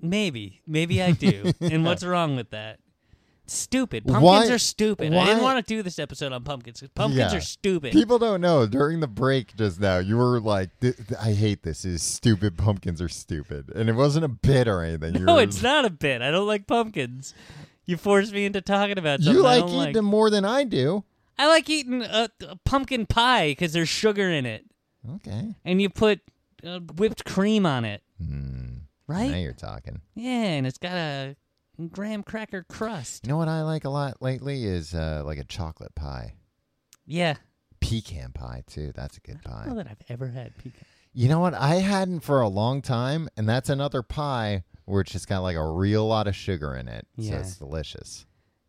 [SPEAKER 3] maybe, maybe I do. and what's wrong with that? Stupid. Pumpkins
[SPEAKER 2] Why-
[SPEAKER 3] are stupid. I
[SPEAKER 2] why-
[SPEAKER 3] didn't want to do this episode on pumpkins. 'cause Pumpkins
[SPEAKER 2] Yeah.
[SPEAKER 3] are stupid.
[SPEAKER 2] People don't know. During the break just now, you were like, "Th- th- "I hate this. Is stupid. Pumpkins are stupid," and it wasn't a bit or anything. you
[SPEAKER 3] no,
[SPEAKER 2] were-
[SPEAKER 3] it's not a bit. I don't like pumpkins. You forced me into talking about something
[SPEAKER 2] You
[SPEAKER 3] I
[SPEAKER 2] like
[SPEAKER 3] don't
[SPEAKER 2] eating
[SPEAKER 3] like.
[SPEAKER 2] them more than I do.
[SPEAKER 3] I like eating a, a pumpkin pie because there's sugar in it,
[SPEAKER 2] Okay.
[SPEAKER 3] and you put uh, whipped cream on it,
[SPEAKER 2] Hmm.
[SPEAKER 3] right?
[SPEAKER 2] Now you're talking.
[SPEAKER 3] Yeah, and it's got a graham cracker crust.
[SPEAKER 2] You know what I like a lot lately is uh, like a chocolate pie,
[SPEAKER 3] Yeah.
[SPEAKER 2] pecan pie too. That's a good
[SPEAKER 3] I don't
[SPEAKER 2] pie.
[SPEAKER 3] know that I've ever had pecan.
[SPEAKER 2] You know what I hadn't for a long time, and that's another pie where it's just got like a real lot of sugar in it. So
[SPEAKER 3] Yeah.
[SPEAKER 2] it's delicious.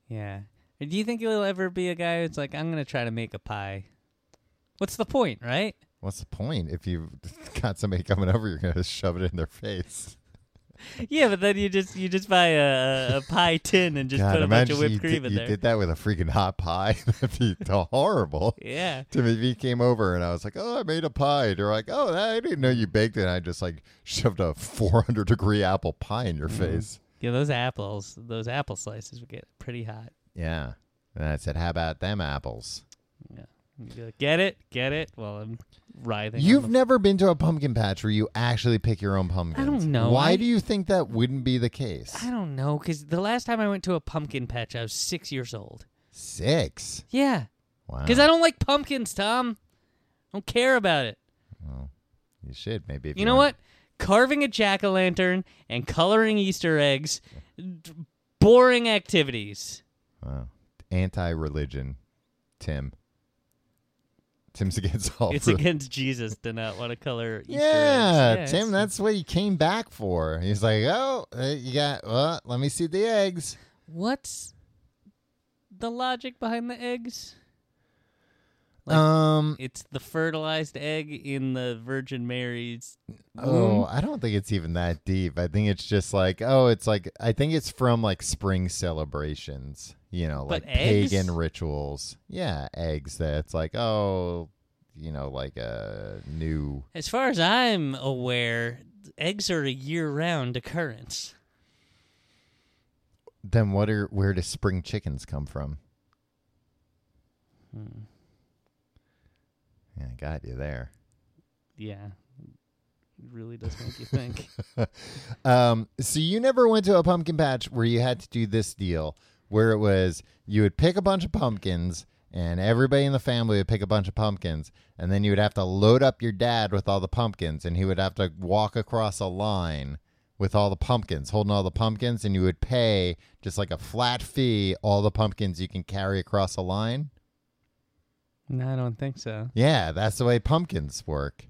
[SPEAKER 3] Yeah. Do you think you'll ever be a guy who's like, I'm gonna try to make a pie? What's the point, right?
[SPEAKER 2] What's the point if you've got somebody coming over, you're gonna shove it in their face?
[SPEAKER 3] Yeah, but then you just you just buy a, a pie tin and just
[SPEAKER 2] God,
[SPEAKER 3] put a bunch of
[SPEAKER 2] imagine
[SPEAKER 3] whipped
[SPEAKER 2] you
[SPEAKER 3] cream
[SPEAKER 2] did,
[SPEAKER 3] in
[SPEAKER 2] you
[SPEAKER 3] there.
[SPEAKER 2] did that with a freaking hot pie. That'd be horrible.
[SPEAKER 3] Yeah.
[SPEAKER 2] Timmy V came over and I was like, "Oh, I made a pie." They're like, "Oh, I didn't know you baked it." And I just like shoved a 400 degree apple pie in your
[SPEAKER 3] Mm-hmm.
[SPEAKER 2] face.
[SPEAKER 3] Yeah, those apples, those apple slices would get pretty hot.
[SPEAKER 2] Yeah. And I said, "How about them apples?"
[SPEAKER 3] Yeah. You'd be like, get it, get it. Well, I'm writhing. on
[SPEAKER 2] You've
[SPEAKER 3] the-
[SPEAKER 2] never been to a pumpkin patch where you actually pick your own pumpkins.
[SPEAKER 3] know.
[SPEAKER 2] Why
[SPEAKER 3] I-
[SPEAKER 2] do you think that wouldn't be the case?
[SPEAKER 3] I don't know, cause the last time I went to a pumpkin patch, I was six years old.
[SPEAKER 2] Six.
[SPEAKER 3] Yeah,
[SPEAKER 2] Wow.
[SPEAKER 3] cause I don't like pumpkins, Tom. I don't care about it.
[SPEAKER 2] you should maybe. If
[SPEAKER 3] You know
[SPEAKER 2] want-
[SPEAKER 3] what? Carving a jack o' lantern and coloring Easter eggs, d- boring activities.
[SPEAKER 2] Wow. Anti-religion, Tim. Tim's against all.
[SPEAKER 3] it's
[SPEAKER 2] religion.
[SPEAKER 3] against Jesus to not want to color Easter
[SPEAKER 2] yeah,
[SPEAKER 3] eggs.
[SPEAKER 2] Tim,
[SPEAKER 3] it's-
[SPEAKER 2] that's what he came back for. He's like, oh, uh, you got, well, let me see the eggs.
[SPEAKER 3] what's the logic behind the eggs? Like-
[SPEAKER 2] um,
[SPEAKER 3] It's the fertilized egg in the Virgin Mary's.
[SPEAKER 2] oh,
[SPEAKER 3] Um,
[SPEAKER 2] I don't think it's even that deep. I think it's just like, oh, it's like, I think it's from like spring celebrations, you know, like
[SPEAKER 3] But eggs?
[SPEAKER 2] pagan rituals. Yeah, eggs that's like, oh, you know, like a new.
[SPEAKER 3] As far as I'm aware, eggs are a year-round occurrence.
[SPEAKER 2] Then what are, where do spring chickens come from?
[SPEAKER 3] Hmm.
[SPEAKER 2] Yeah, I got you there.
[SPEAKER 3] Yeah, it really does make you think.
[SPEAKER 2] Um, so you never went to a pumpkin patch where you had to do this deal, where it was you would pick a bunch of pumpkins, and everybody in the family would pick a bunch of pumpkins, and then you would have to load up your dad with all the pumpkins, and he would have to walk across a line with all the pumpkins, holding all the pumpkins, and you would pay just like a flat fee all the pumpkins you can carry across a line.
[SPEAKER 3] no, I don't think so.
[SPEAKER 2] Yeah, that's the way pumpkins work.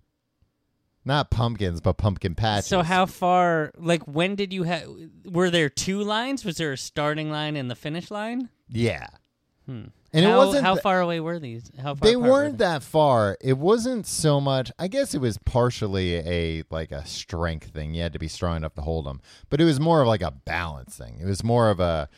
[SPEAKER 2] Not pumpkins, but pumpkin patches.
[SPEAKER 3] So how far? Like when did you have? Were there two lines? Was there a starting line and the finish line?
[SPEAKER 2] Yeah.
[SPEAKER 3] Hmm.
[SPEAKER 2] And
[SPEAKER 3] how,
[SPEAKER 2] it wasn't
[SPEAKER 3] how
[SPEAKER 2] th-
[SPEAKER 3] far away were these? How far
[SPEAKER 2] they
[SPEAKER 3] apart were
[SPEAKER 2] weren't that far. It wasn't so much. I guess it was partially a like a strength thing. You had to be strong enough to hold them, but it was more of like a balance thing. It was more of a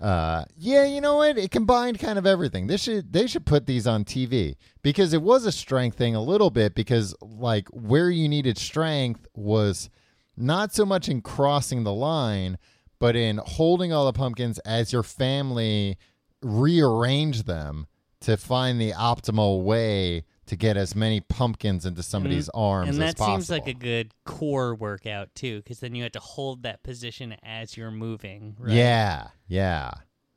[SPEAKER 2] uh, yeah, you know what? It combined kind of everything. This should they should put these on TV because it was a strength thing a little bit because like where you needed strength was not so much in crossing the line, but in holding all the pumpkins as your family rearrange them to find the optimal way to get as many pumpkins into somebody's arms
[SPEAKER 3] Mm-hmm. and
[SPEAKER 2] as
[SPEAKER 3] that
[SPEAKER 2] possible.
[SPEAKER 3] seems like a good core workout too, because then you had to hold that position as you're moving. Right?
[SPEAKER 2] Yeah, yeah.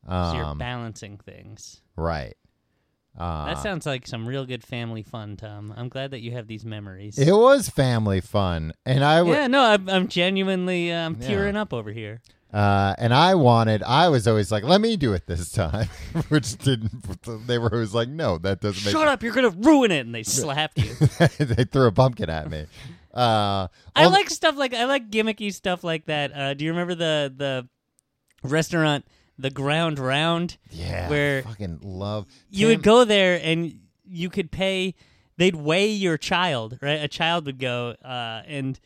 [SPEAKER 3] so you're
[SPEAKER 2] Um,
[SPEAKER 3] balancing things.
[SPEAKER 2] right. Uh,
[SPEAKER 3] That sounds like some real good family fun, Tom. I'm glad that you have these memories.
[SPEAKER 2] it was family fun, and I w-
[SPEAKER 3] yeah, no, I'm, I'm genuinely, uh, I'm
[SPEAKER 2] Yeah.
[SPEAKER 3] tearing up over here.
[SPEAKER 2] uh, and I wanted. I was always like, "Let me do it this time," which didn't. They were always like, "No, that doesn't make."
[SPEAKER 3] Shut up, you're gonna ruin it, and they slapped you.
[SPEAKER 2] they threw a pumpkin at me. Uh,
[SPEAKER 3] I
[SPEAKER 2] al-
[SPEAKER 3] like stuff like I like gimmicky stuff like that. Uh, do you remember the the restaurant, the Ground Round?
[SPEAKER 2] yeah,
[SPEAKER 3] where
[SPEAKER 2] fucking love.
[SPEAKER 3] you
[SPEAKER 2] Tim-
[SPEAKER 3] would go there and you could pay they'd weigh your child right a child would go uh, and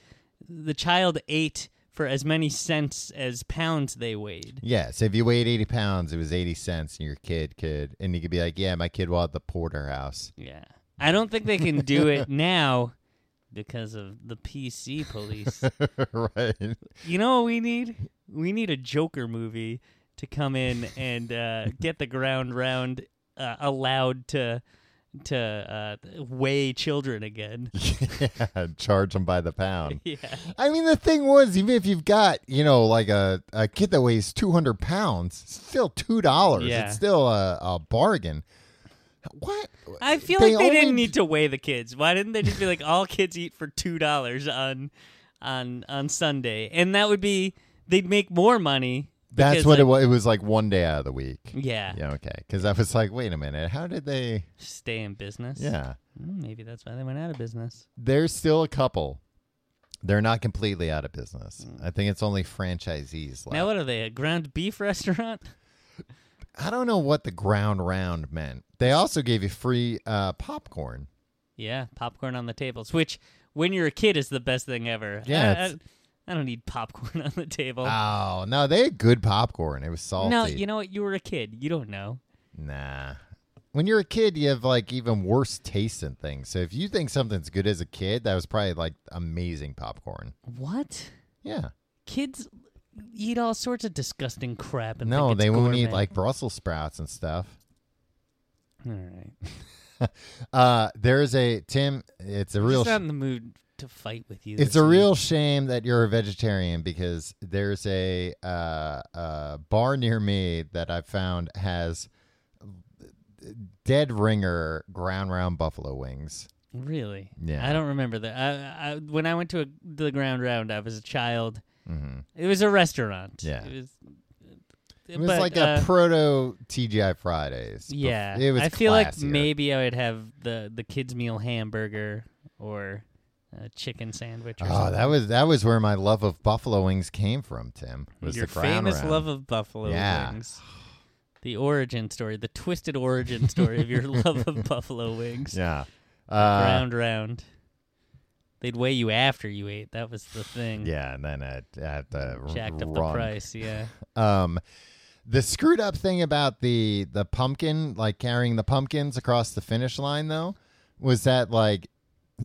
[SPEAKER 3] the child ate for as many cents as pounds they weighed
[SPEAKER 2] Yeah, so if you weighed eighty pounds, it was eighty cents, and your kid could, and you could be like, "Yeah, my kid will have the porterhouse."
[SPEAKER 3] yeah i don't think they can do it now because of the pc police
[SPEAKER 2] right?
[SPEAKER 3] you know what we need we need a joker movie to come in and uh, get the ground round uh, allowed to to uh, weigh children again
[SPEAKER 2] yeah, charge them by the pound.
[SPEAKER 3] yeah
[SPEAKER 2] I mean, the thing was, even if you've got, you know, like a, a kid that weighs 200 pounds, it's still $2.
[SPEAKER 3] Yeah.
[SPEAKER 2] It's still a, a bargain. What?
[SPEAKER 3] I feel
[SPEAKER 2] They
[SPEAKER 3] like they
[SPEAKER 2] only-
[SPEAKER 3] didn't need to weigh the kids. Why didn't they just be like all kids eat for two dollars on on on Sunday? And that would be they'd make more money.
[SPEAKER 2] That's
[SPEAKER 3] because,
[SPEAKER 2] what it
[SPEAKER 3] like,
[SPEAKER 2] was. It was like one day out of the week.
[SPEAKER 3] Yeah.
[SPEAKER 2] Yeah, okay. Because I was like, wait a minute. How did they.
[SPEAKER 3] Stay in business.
[SPEAKER 2] Yeah.
[SPEAKER 3] Mm, Maybe that's why they went out of business.
[SPEAKER 2] There's still a couple. They're not completely out of business. I think it's only franchisees left.
[SPEAKER 3] Mm. Now what are they? A ground beef restaurant?
[SPEAKER 2] I don't know what the ground round meant. They also gave you free uh, popcorn.
[SPEAKER 3] Yeah, popcorn on the tables. Which when you're a kid is the best thing ever. I-
[SPEAKER 2] Yeah,
[SPEAKER 3] I,
[SPEAKER 2] it's-
[SPEAKER 3] I don't need popcorn on the table.
[SPEAKER 2] Oh, no. They had good popcorn. It was salty.
[SPEAKER 3] no, you know what? You were a kid. You don't know.
[SPEAKER 2] Nah. When you're a kid, you have like even worse taste in things. So if you think something's good as a kid, that was probably like amazing popcorn.
[SPEAKER 3] What?
[SPEAKER 2] Yeah.
[SPEAKER 3] Kids eat all sorts of disgusting crap and
[SPEAKER 2] no,
[SPEAKER 3] think it's
[SPEAKER 2] they won't eat
[SPEAKER 3] gourmet.
[SPEAKER 2] like Brussels sprouts and stuff.
[SPEAKER 3] All right.
[SPEAKER 2] Uh, there's a Tim. It's a real.
[SPEAKER 3] Just not
[SPEAKER 2] Sh-
[SPEAKER 3] in the mood to fight with you.
[SPEAKER 2] it's
[SPEAKER 3] this
[SPEAKER 2] a real
[SPEAKER 3] week.
[SPEAKER 2] shame that you're a vegetarian because there's a uh, uh, bar near me that I found has dead ringer ground round buffalo wings.
[SPEAKER 3] Really?
[SPEAKER 2] Yeah.
[SPEAKER 3] I don't remember that. I, I, when I went to a, the ground round, I was a child.
[SPEAKER 2] Mm-hmm.
[SPEAKER 3] It was a restaurant.
[SPEAKER 2] Yeah.
[SPEAKER 3] It was,
[SPEAKER 2] It was
[SPEAKER 3] but,
[SPEAKER 2] like
[SPEAKER 3] uh,
[SPEAKER 2] a proto TGI Fridays. bef-
[SPEAKER 3] yeah.
[SPEAKER 2] it was.
[SPEAKER 3] I feel like
[SPEAKER 2] classier.
[SPEAKER 3] maybe I would have the the kids meal hamburger or a chicken sandwich. Or
[SPEAKER 2] Oh,
[SPEAKER 3] something.
[SPEAKER 2] that was that was where my love of buffalo wings came from. Tim was
[SPEAKER 3] your
[SPEAKER 2] the ground
[SPEAKER 3] famous
[SPEAKER 2] round.
[SPEAKER 3] love of buffalo
[SPEAKER 2] Yeah.
[SPEAKER 3] wings. The origin story, the twisted origin story of your love of buffalo wings.
[SPEAKER 2] Yeah. Uh,
[SPEAKER 3] round round. They'd weigh you after you ate. That was the thing.
[SPEAKER 2] Uh, yeah, and then I, I had to r-
[SPEAKER 3] Jacked up the
[SPEAKER 2] run.
[SPEAKER 3] price, yeah.
[SPEAKER 2] Um, the screwed up thing about the the pumpkin, like carrying the pumpkins across the finish line, though, was that like.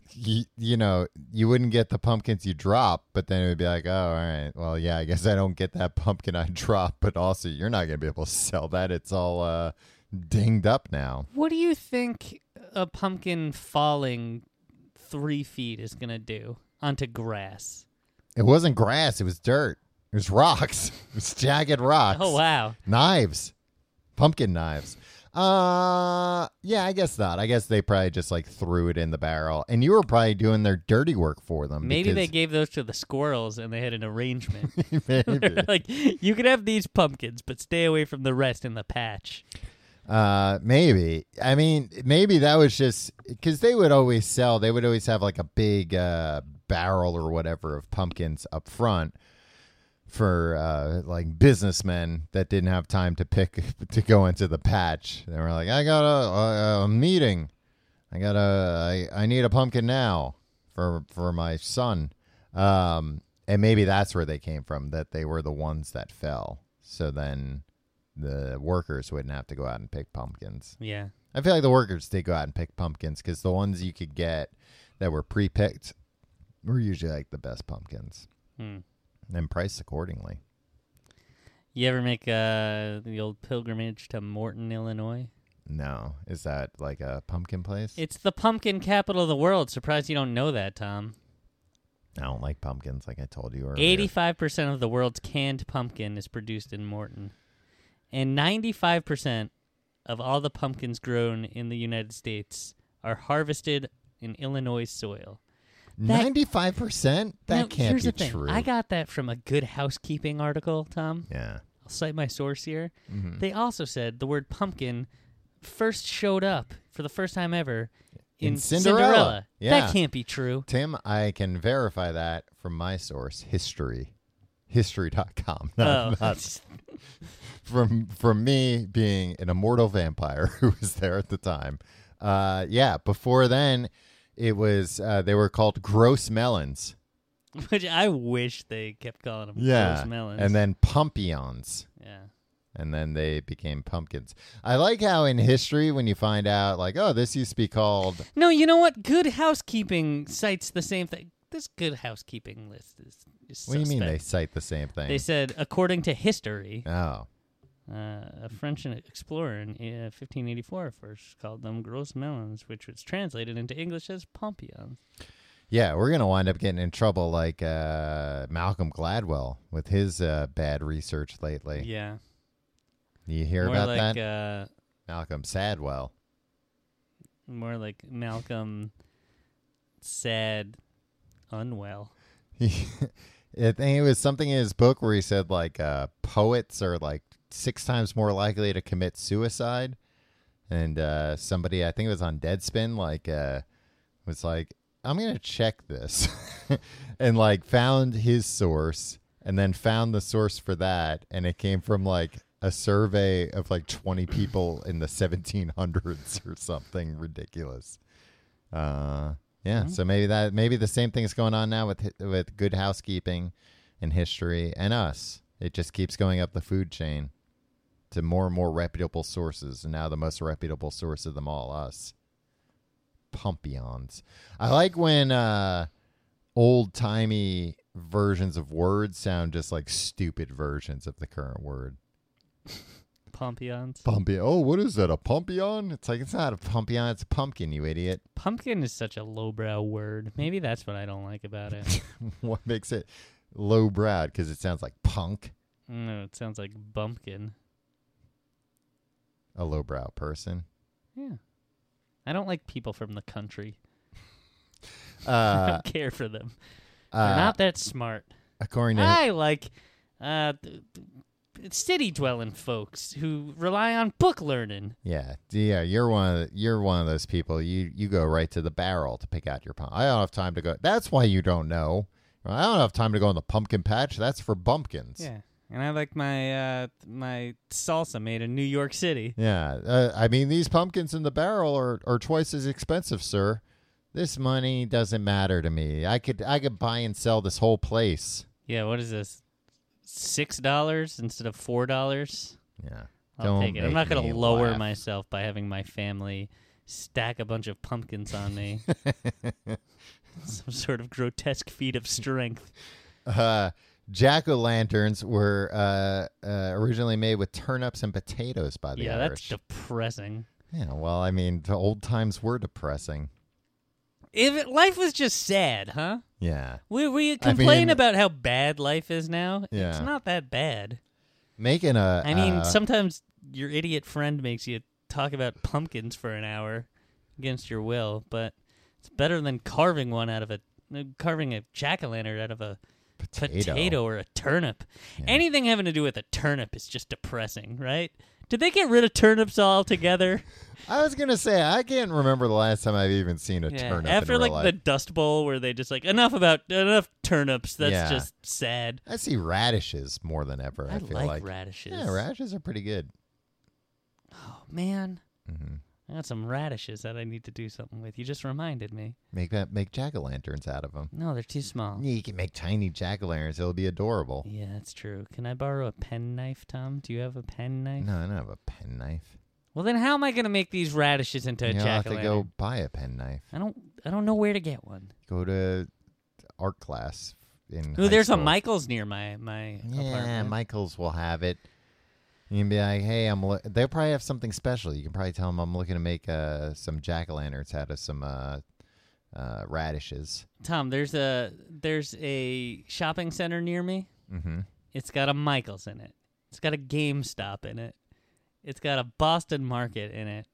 [SPEAKER 2] You, you know, you wouldn't get the pumpkins you drop, but then it would be like, oh, all right, well, yeah, I guess I don't get that pumpkin I dropped, but also you're not going to be able to sell that. It's all uh, dinged up now.
[SPEAKER 3] What do you think a pumpkin falling three feet is gonna do onto grass?
[SPEAKER 2] It wasn't grass. It was dirt. It was rocks. It was jagged rocks.
[SPEAKER 3] Oh wow.
[SPEAKER 2] Knives, pumpkin knives. Uh, yeah, I guess not. I guess they probably just like threw it in the barrel, and you were probably doing their dirty work for them.
[SPEAKER 3] Maybe they
[SPEAKER 2] because-
[SPEAKER 3] gave those to the squirrels and they had an arrangement.
[SPEAKER 2] maybe.
[SPEAKER 3] like you can have these pumpkins, but stay away from the rest in the patch.
[SPEAKER 2] Uh, maybe. I mean, maybe that was just because they would always sell. They would always have like a big uh, barrel or whatever of pumpkins up front for uh, like businessmen that didn't have time to pick to go into the patch. They were like, I got a, a, a meeting. I got a. I, I need a pumpkin now for for my son. Um, and maybe that's where they came from. That they were the ones that fell. So then the workers wouldn't have to go out and pick pumpkins.
[SPEAKER 3] Yeah.
[SPEAKER 2] I feel like the workers did go out and pick pumpkins because the ones you could get that were pre picked were usually like the best pumpkins
[SPEAKER 3] Hmm.
[SPEAKER 2] and priced accordingly.
[SPEAKER 3] You ever make uh, the old pilgrimage to Morton, Illinois?
[SPEAKER 2] No, is that like a pumpkin place?
[SPEAKER 3] It's the pumpkin capital of the world. Surprised you don't know that, Tom.
[SPEAKER 2] I don't like pumpkins, like I told you earlier.
[SPEAKER 3] Eighty-five percent of the world's canned pumpkin is produced in Morton, and ninety-five percent of all the pumpkins grown in the United States are harvested in Illinois soil. That-
[SPEAKER 2] Ninety-five percent. That
[SPEAKER 3] Now,
[SPEAKER 2] can't
[SPEAKER 3] here's
[SPEAKER 2] be
[SPEAKER 3] the thing.
[SPEAKER 2] true.
[SPEAKER 3] I got that from a Good Housekeeping article, Tom.
[SPEAKER 2] yeah.
[SPEAKER 3] I'll cite my source here.
[SPEAKER 2] Mm-hmm.
[SPEAKER 3] They also said the word pumpkin first showed up for the first time ever in,
[SPEAKER 2] In Cinderella. Yeah.
[SPEAKER 3] That can't be true.
[SPEAKER 2] Tim, I can verify that from my source, history. History.com. Not,
[SPEAKER 3] oh,
[SPEAKER 2] not from from me being an immortal vampire who was there at the time. Uh, yeah, before then, it was uh, they were called gross melons.
[SPEAKER 3] which I wish they kept calling them gross melons.
[SPEAKER 2] and then pumpions,
[SPEAKER 3] yeah,
[SPEAKER 2] and then they became pumpkins. I like how in history when you find out like, oh, this used to be called
[SPEAKER 3] no, you know what? Good housekeeping cites the same thing. This good housekeeping list is. is
[SPEAKER 2] What do you mean they
[SPEAKER 3] suspect.
[SPEAKER 2] cite the same thing?
[SPEAKER 3] They said, according to history,
[SPEAKER 2] oh,
[SPEAKER 3] Uh, a French explorer in uh, 1584 first called them gross melons, which was translated into English as pompions.
[SPEAKER 2] yeah, we're gonna wind up getting in trouble like uh, Malcolm Gladwell with his uh, bad research lately.
[SPEAKER 3] Yeah,
[SPEAKER 2] You hear
[SPEAKER 3] more
[SPEAKER 2] about
[SPEAKER 3] like
[SPEAKER 2] that,
[SPEAKER 3] Uh,
[SPEAKER 2] Malcolm Sadwell?
[SPEAKER 3] more like Malcolm said unwell.
[SPEAKER 2] He- I think it was something in his book where he said like uh, poets are like six times more likely to commit suicide, and uh, somebody I think it was on Deadspin like uh, was like I'm gonna check this, and like found his source, and then found the source for that, and it came from like a survey of like 20 people in the 1700s or something ridiculous. Uh, yeah. So maybe that maybe the same thing is going on now with hi- with good housekeeping and history and us. It just keeps going up the food chain to more and more reputable sources, and now the most reputable source of them all, us. Pumpions. I like when uh, old timey versions of words sound just like stupid versions of the current word.
[SPEAKER 3] Pompions.
[SPEAKER 2] Pumpion. Oh, what is that? A pumpion? It's like it's not a pumpion. It's a pumpkin. You idiot.
[SPEAKER 3] Pumpkin is such a lowbrow word. Maybe that's what I don't like about it.
[SPEAKER 2] what makes it low browed because it sounds like punk
[SPEAKER 3] no, Mm, it sounds like bumpkin.
[SPEAKER 2] a lowbrow person
[SPEAKER 3] Yeah, I don't like people from the country. I
[SPEAKER 2] uh,
[SPEAKER 3] don't care for them. They're
[SPEAKER 2] uh,
[SPEAKER 3] not that smart.
[SPEAKER 2] according to
[SPEAKER 3] I like uh, city dwelling folks who rely on book learning.
[SPEAKER 2] yeah yeah you're one of the, you're one of those people you you go right to the barrel to pick out your pump i don't have time to go that's why you don't know i don't have time to go in the pumpkin patch that's for bumpkins
[SPEAKER 3] and I like my uh, my salsa made in New York City.
[SPEAKER 2] Yeah, uh, I mean these pumpkins in the barrel are, are twice as expensive, sir. This money doesn't matter to me. I could I could buy and sell this whole place.
[SPEAKER 3] Yeah, what is this? Six dollars instead of four dollars.
[SPEAKER 2] Yeah,
[SPEAKER 3] I'll take it. I'm
[SPEAKER 2] make
[SPEAKER 3] not gonna
[SPEAKER 2] me
[SPEAKER 3] lower
[SPEAKER 2] laugh.
[SPEAKER 3] myself by having my family stack a bunch of pumpkins on me. Some sort of grotesque feat of strength.
[SPEAKER 2] uh, jack o' lanterns were uh, uh, originally made with turnips and potatoes by the
[SPEAKER 3] yeah,
[SPEAKER 2] Irish.
[SPEAKER 3] that's depressing.
[SPEAKER 2] yeah, well, I mean, the old times were depressing.
[SPEAKER 3] If it, life was just sad, huh?
[SPEAKER 2] Yeah,
[SPEAKER 3] We we complain
[SPEAKER 2] mean-
[SPEAKER 3] about how bad life is now. It's
[SPEAKER 2] Yeah.
[SPEAKER 3] not that bad.
[SPEAKER 2] making a.
[SPEAKER 3] I mean,
[SPEAKER 2] uh,
[SPEAKER 3] sometimes your idiot friend makes you talk about pumpkins for an hour against your will, but it's better than carving one out of a uh, carving a jack o' lantern out of a potato, or a turnip. Anything having to do with a turnip is just depressing, right? Did they get rid of turnips altogether?
[SPEAKER 2] I was gonna say I can't remember the last time I've even seen a turnip.
[SPEAKER 3] After
[SPEAKER 2] in real
[SPEAKER 3] like
[SPEAKER 2] life.
[SPEAKER 3] the Dust Bowl, where they just like enough about enough turnips. That's
[SPEAKER 2] Yeah.
[SPEAKER 3] just sad.
[SPEAKER 2] I see radishes more than ever. I,
[SPEAKER 3] I
[SPEAKER 2] feel
[SPEAKER 3] like
[SPEAKER 2] like,
[SPEAKER 3] radishes.
[SPEAKER 2] Yeah, radishes are pretty good.
[SPEAKER 3] Man,
[SPEAKER 2] hmm
[SPEAKER 3] I got some radishes that I need to do something with. You just reminded me.
[SPEAKER 2] Make that make jack o' lanterns out of them.
[SPEAKER 3] No, they're too small.
[SPEAKER 2] You can make tiny jack o' lanterns. It'll be adorable.
[SPEAKER 3] Yeah, that's true. Can I borrow a pen knife, Tom? Do you have a pen knife?
[SPEAKER 2] No, I don't have a pen knife.
[SPEAKER 3] Well, then how am I going to make these radishes into a
[SPEAKER 2] You'll have
[SPEAKER 3] jack o'
[SPEAKER 2] to go buy a pen knife.
[SPEAKER 3] I don't. I don't know where to get one.
[SPEAKER 2] Go to art class in.
[SPEAKER 3] Ooh,
[SPEAKER 2] high
[SPEAKER 3] there's a
[SPEAKER 2] school.
[SPEAKER 3] Michaels near my my
[SPEAKER 2] Yeah,
[SPEAKER 3] apartment.
[SPEAKER 2] Michaels will have it. You can be like, hey, I'm. Lo-. They'll probably have something special. You can probably tell them I'm looking to make uh, some jack o' lanterns out of some uh, uh, radishes.
[SPEAKER 3] Tom, there's a there's a shopping center near me.
[SPEAKER 2] Mm-hmm.
[SPEAKER 3] It's got a Michaels in it. It's got a GameStop in it. It's got a Boston Market in it.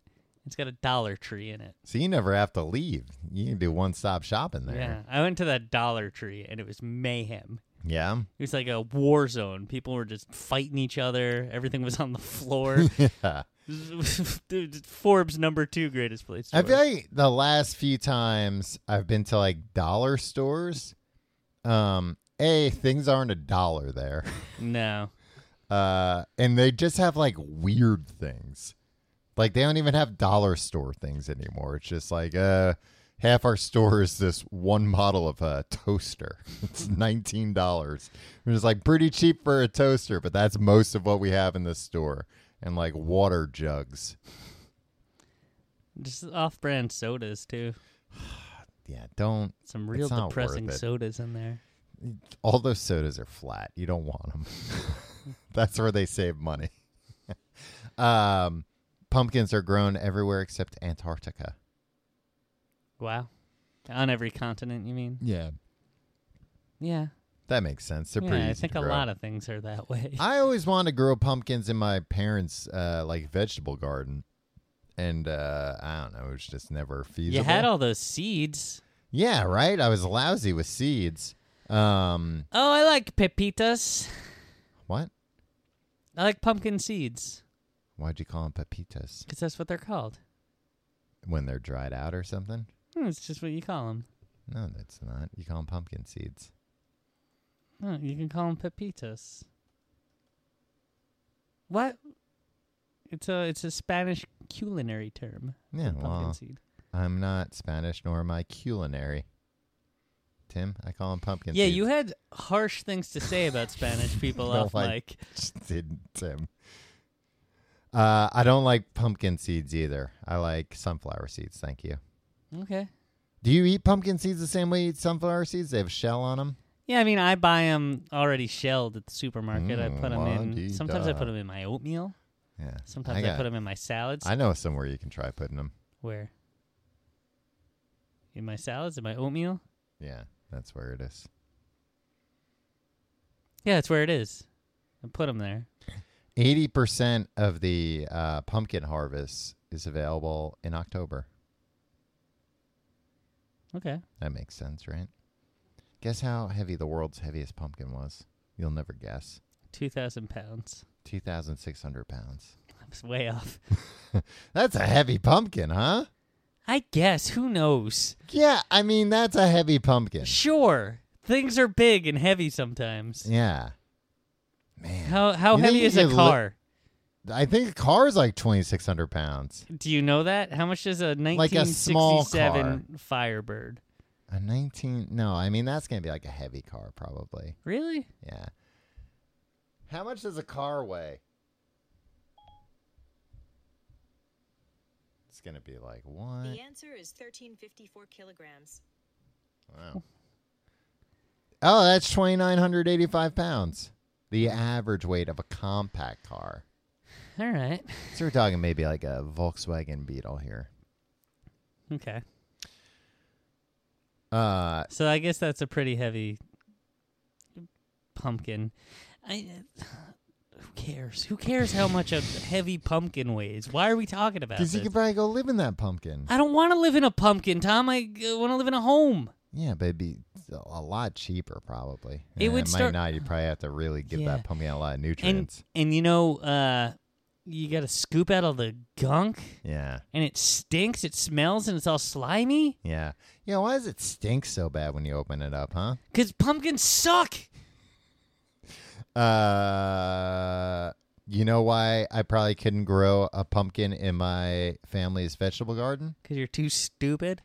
[SPEAKER 3] It's got a Dollar Tree in it.
[SPEAKER 2] So you never have to leave. You can do one stop shopping
[SPEAKER 3] Yeah,
[SPEAKER 2] there.
[SPEAKER 3] I went to that Dollar Tree and it was mayhem.
[SPEAKER 2] Yeah.
[SPEAKER 3] It was like a war zone. People were just fighting each other. Everything was on the floor.
[SPEAKER 2] Yeah.
[SPEAKER 3] Dude, Forbes number two greatest place. To
[SPEAKER 2] I feel
[SPEAKER 3] work.
[SPEAKER 2] like the last few times I've been to like dollar stores, um, a things aren't a dollar there,
[SPEAKER 3] no.
[SPEAKER 2] uh, and they just have like weird things. Like they don't even have dollar store things anymore. It's just like uh, half our store is this one model of a toaster. It's nineteen dollars, which is like pretty cheap for a toaster, but that's most of what we have in this store. And like water jugs.
[SPEAKER 3] Just off brand sodas, too.
[SPEAKER 2] Yeah, don't.
[SPEAKER 3] Some real
[SPEAKER 2] It's not worth
[SPEAKER 3] depressing
[SPEAKER 2] it.
[SPEAKER 3] sodas in there.
[SPEAKER 2] all those sodas are flat. You don't want them. That's where they save money. um, pumpkins are grown everywhere except Antarctica.
[SPEAKER 3] Wow. On every continent, you mean?
[SPEAKER 2] Yeah,
[SPEAKER 3] Yeah.
[SPEAKER 2] that makes sense. They're pretty.
[SPEAKER 3] yeah, I
[SPEAKER 2] easy
[SPEAKER 3] think
[SPEAKER 2] to
[SPEAKER 3] a
[SPEAKER 2] grow.
[SPEAKER 3] lot of things are that way.
[SPEAKER 2] I always wanted to grow pumpkins in my parents' uh, like vegetable garden, and uh, I don't know. It was just never feasible.
[SPEAKER 3] you had all those seeds.
[SPEAKER 2] yeah, right. I was lousy with seeds. Um,
[SPEAKER 3] Oh, I like pepitas.
[SPEAKER 2] what?
[SPEAKER 3] I like pumpkin seeds
[SPEAKER 2] Why'd you call them pepitas
[SPEAKER 3] because that's what they're called.
[SPEAKER 2] when they're dried out or something?
[SPEAKER 3] Hmm, it's just what you call them.
[SPEAKER 2] No, that's not. You call them pumpkin seeds.
[SPEAKER 3] you can call them pepitas. What? It's a it's a Spanish culinary term.
[SPEAKER 2] Yeah,
[SPEAKER 3] pumpkin
[SPEAKER 2] well,
[SPEAKER 3] seed.
[SPEAKER 2] I'm not Spanish, nor am I culinary. Tim, I call him pumpkin.
[SPEAKER 3] Yeah,
[SPEAKER 2] seeds.
[SPEAKER 3] you had harsh things to say about Spanish people
[SPEAKER 2] No,
[SPEAKER 3] off
[SPEAKER 2] I-
[SPEAKER 3] mic.
[SPEAKER 2] Just didn't, Tim. Uh, I don't like pumpkin seeds either. I like sunflower seeds. Thank you.
[SPEAKER 3] Okay.
[SPEAKER 2] Do you eat pumpkin seeds the same way you eat sunflower seeds? They have shell on them.
[SPEAKER 3] Yeah, I mean, I buy them already shelled at the supermarket. I
[SPEAKER 2] Mm,
[SPEAKER 3] put them in.
[SPEAKER 2] la-di-da.
[SPEAKER 3] Sometimes I put them in my oatmeal.
[SPEAKER 2] Yeah.
[SPEAKER 3] Sometimes
[SPEAKER 2] I,
[SPEAKER 3] I, put 'em put them in my salads.
[SPEAKER 2] I know somewhere you can try putting them.
[SPEAKER 3] Where? In my salads, in my oatmeal.
[SPEAKER 2] Yeah, that's where it is.
[SPEAKER 3] Yeah, that's where it is. I put them there.
[SPEAKER 2] Eighty percent of the uh, pumpkin harvest is available in October.
[SPEAKER 3] Okay.
[SPEAKER 2] That makes sense, right? Guess how heavy the world's heaviest pumpkin was? You'll never guess.
[SPEAKER 3] Two thousand pounds.
[SPEAKER 2] 2,600 pounds.
[SPEAKER 3] I was way off.
[SPEAKER 2] That's a heavy pumpkin, huh?
[SPEAKER 3] I guess. Who knows?
[SPEAKER 2] Yeah, I mean, that's a heavy pumpkin.
[SPEAKER 3] Sure. Things are big and heavy sometimes.
[SPEAKER 2] Yeah. Man.
[SPEAKER 3] How how
[SPEAKER 2] You
[SPEAKER 3] heavy
[SPEAKER 2] think
[SPEAKER 3] is
[SPEAKER 2] you
[SPEAKER 3] a
[SPEAKER 2] could li-
[SPEAKER 3] car?
[SPEAKER 2] I think a car's like 2,600 pounds.
[SPEAKER 3] Do you know that? How much is a
[SPEAKER 2] Like a small
[SPEAKER 3] 1967 Firebird?
[SPEAKER 2] A 19. No, I mean, that's going to be like a heavy car, probably.
[SPEAKER 3] Really?
[SPEAKER 2] Yeah. How much does a car weigh? It's going to be like one.
[SPEAKER 5] The answer is 1354 kilograms.
[SPEAKER 2] Wow. Oh, that's 2,985 pounds. The average weight of a compact car.
[SPEAKER 3] All right.
[SPEAKER 2] So we're talking maybe like a Volkswagen Beetle here.
[SPEAKER 3] Okay.
[SPEAKER 2] Uh,
[SPEAKER 3] So I guess that's a pretty heavy pumpkin. I who cares? Who cares how much a heavy pumpkin weighs? Why are we talking about
[SPEAKER 2] because
[SPEAKER 3] this?
[SPEAKER 2] you could probably go live in that pumpkin.
[SPEAKER 3] I don't want to live in a pumpkin, Tom. I want to live in a home.
[SPEAKER 2] Yeah, but it'd be a lot cheaper probably.
[SPEAKER 3] It
[SPEAKER 2] And
[SPEAKER 3] would
[SPEAKER 2] might
[SPEAKER 3] start-
[SPEAKER 2] not. You probably have to really give
[SPEAKER 3] Yeah.
[SPEAKER 2] that pumpkin a lot of
[SPEAKER 3] And
[SPEAKER 2] nutrients.
[SPEAKER 3] and you know, uh, you got to scoop out all the gunk,
[SPEAKER 2] yeah,
[SPEAKER 3] and it stinks. It smells, and it's all slimy.
[SPEAKER 2] yeah, yeah. Why does it stink so bad when you open it up, huh?
[SPEAKER 3] Cause pumpkins suck.
[SPEAKER 2] Uh, you know why I probably couldn't grow a pumpkin in my family's vegetable garden?
[SPEAKER 3] Cause you're too stupid.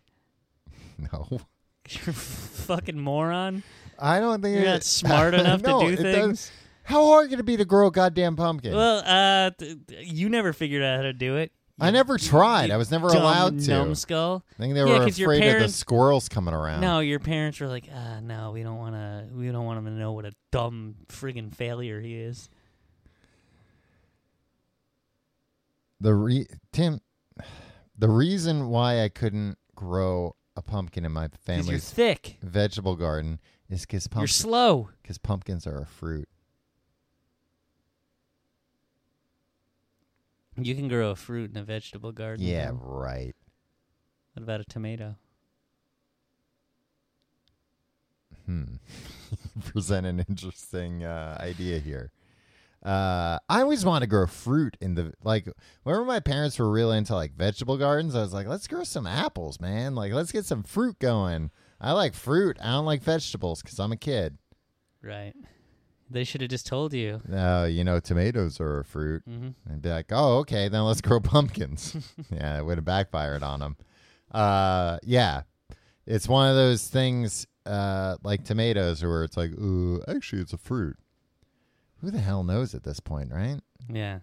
[SPEAKER 2] No.
[SPEAKER 3] You're a fucking moron.
[SPEAKER 2] I don't think
[SPEAKER 3] You're
[SPEAKER 2] it-
[SPEAKER 3] not smart enough to
[SPEAKER 2] No,
[SPEAKER 3] do
[SPEAKER 2] it doesn't-
[SPEAKER 3] things.
[SPEAKER 2] How hard could it be to grow a goddamn pumpkin?
[SPEAKER 3] Well, uh, th- th- you never figured out how to do it.
[SPEAKER 2] I never tried. I was never
[SPEAKER 3] Dumb
[SPEAKER 2] allowed to.
[SPEAKER 3] Numbskull.
[SPEAKER 2] I think they
[SPEAKER 3] Yeah,
[SPEAKER 2] were
[SPEAKER 3] 'cause your
[SPEAKER 2] afraid of the
[SPEAKER 3] parents-
[SPEAKER 2] squirrels coming around.
[SPEAKER 3] No, your parents were like, uh, no, we don't want to. We don't want him to know what a dumb friggin' failure he is.
[SPEAKER 2] The re- Tim, the reason why I couldn't grow a pumpkin in my
[SPEAKER 3] 'Cause you're
[SPEAKER 2] family's
[SPEAKER 3] thick.
[SPEAKER 2] vegetable garden is because
[SPEAKER 3] You're slow.
[SPEAKER 2] pumpkins are a fruit.
[SPEAKER 3] You can grow a fruit in a vegetable garden.
[SPEAKER 2] Yeah,
[SPEAKER 3] though.
[SPEAKER 2] right.
[SPEAKER 3] What about a tomato?
[SPEAKER 2] Hmm. Present an interesting uh, idea here. Uh, I always want to grow fruit in the like. Whenever my parents were real into like vegetable gardens, I was like, let's grow some apples, man. Like, let's get some fruit going. I like fruit. I don't like vegetables because I'm a kid.
[SPEAKER 3] Right. They should have just told you.
[SPEAKER 2] Uh, you know, tomatoes are a fruit.
[SPEAKER 3] hmm
[SPEAKER 2] and be like, "Oh, okay, then let's grow pumpkins." yeah, it would have backfired on them. Uh, yeah, it's one of those things uh, like tomatoes, where it's like, "Ooh, actually, it's a fruit." Who the hell knows at this point, right?
[SPEAKER 3] Yeah.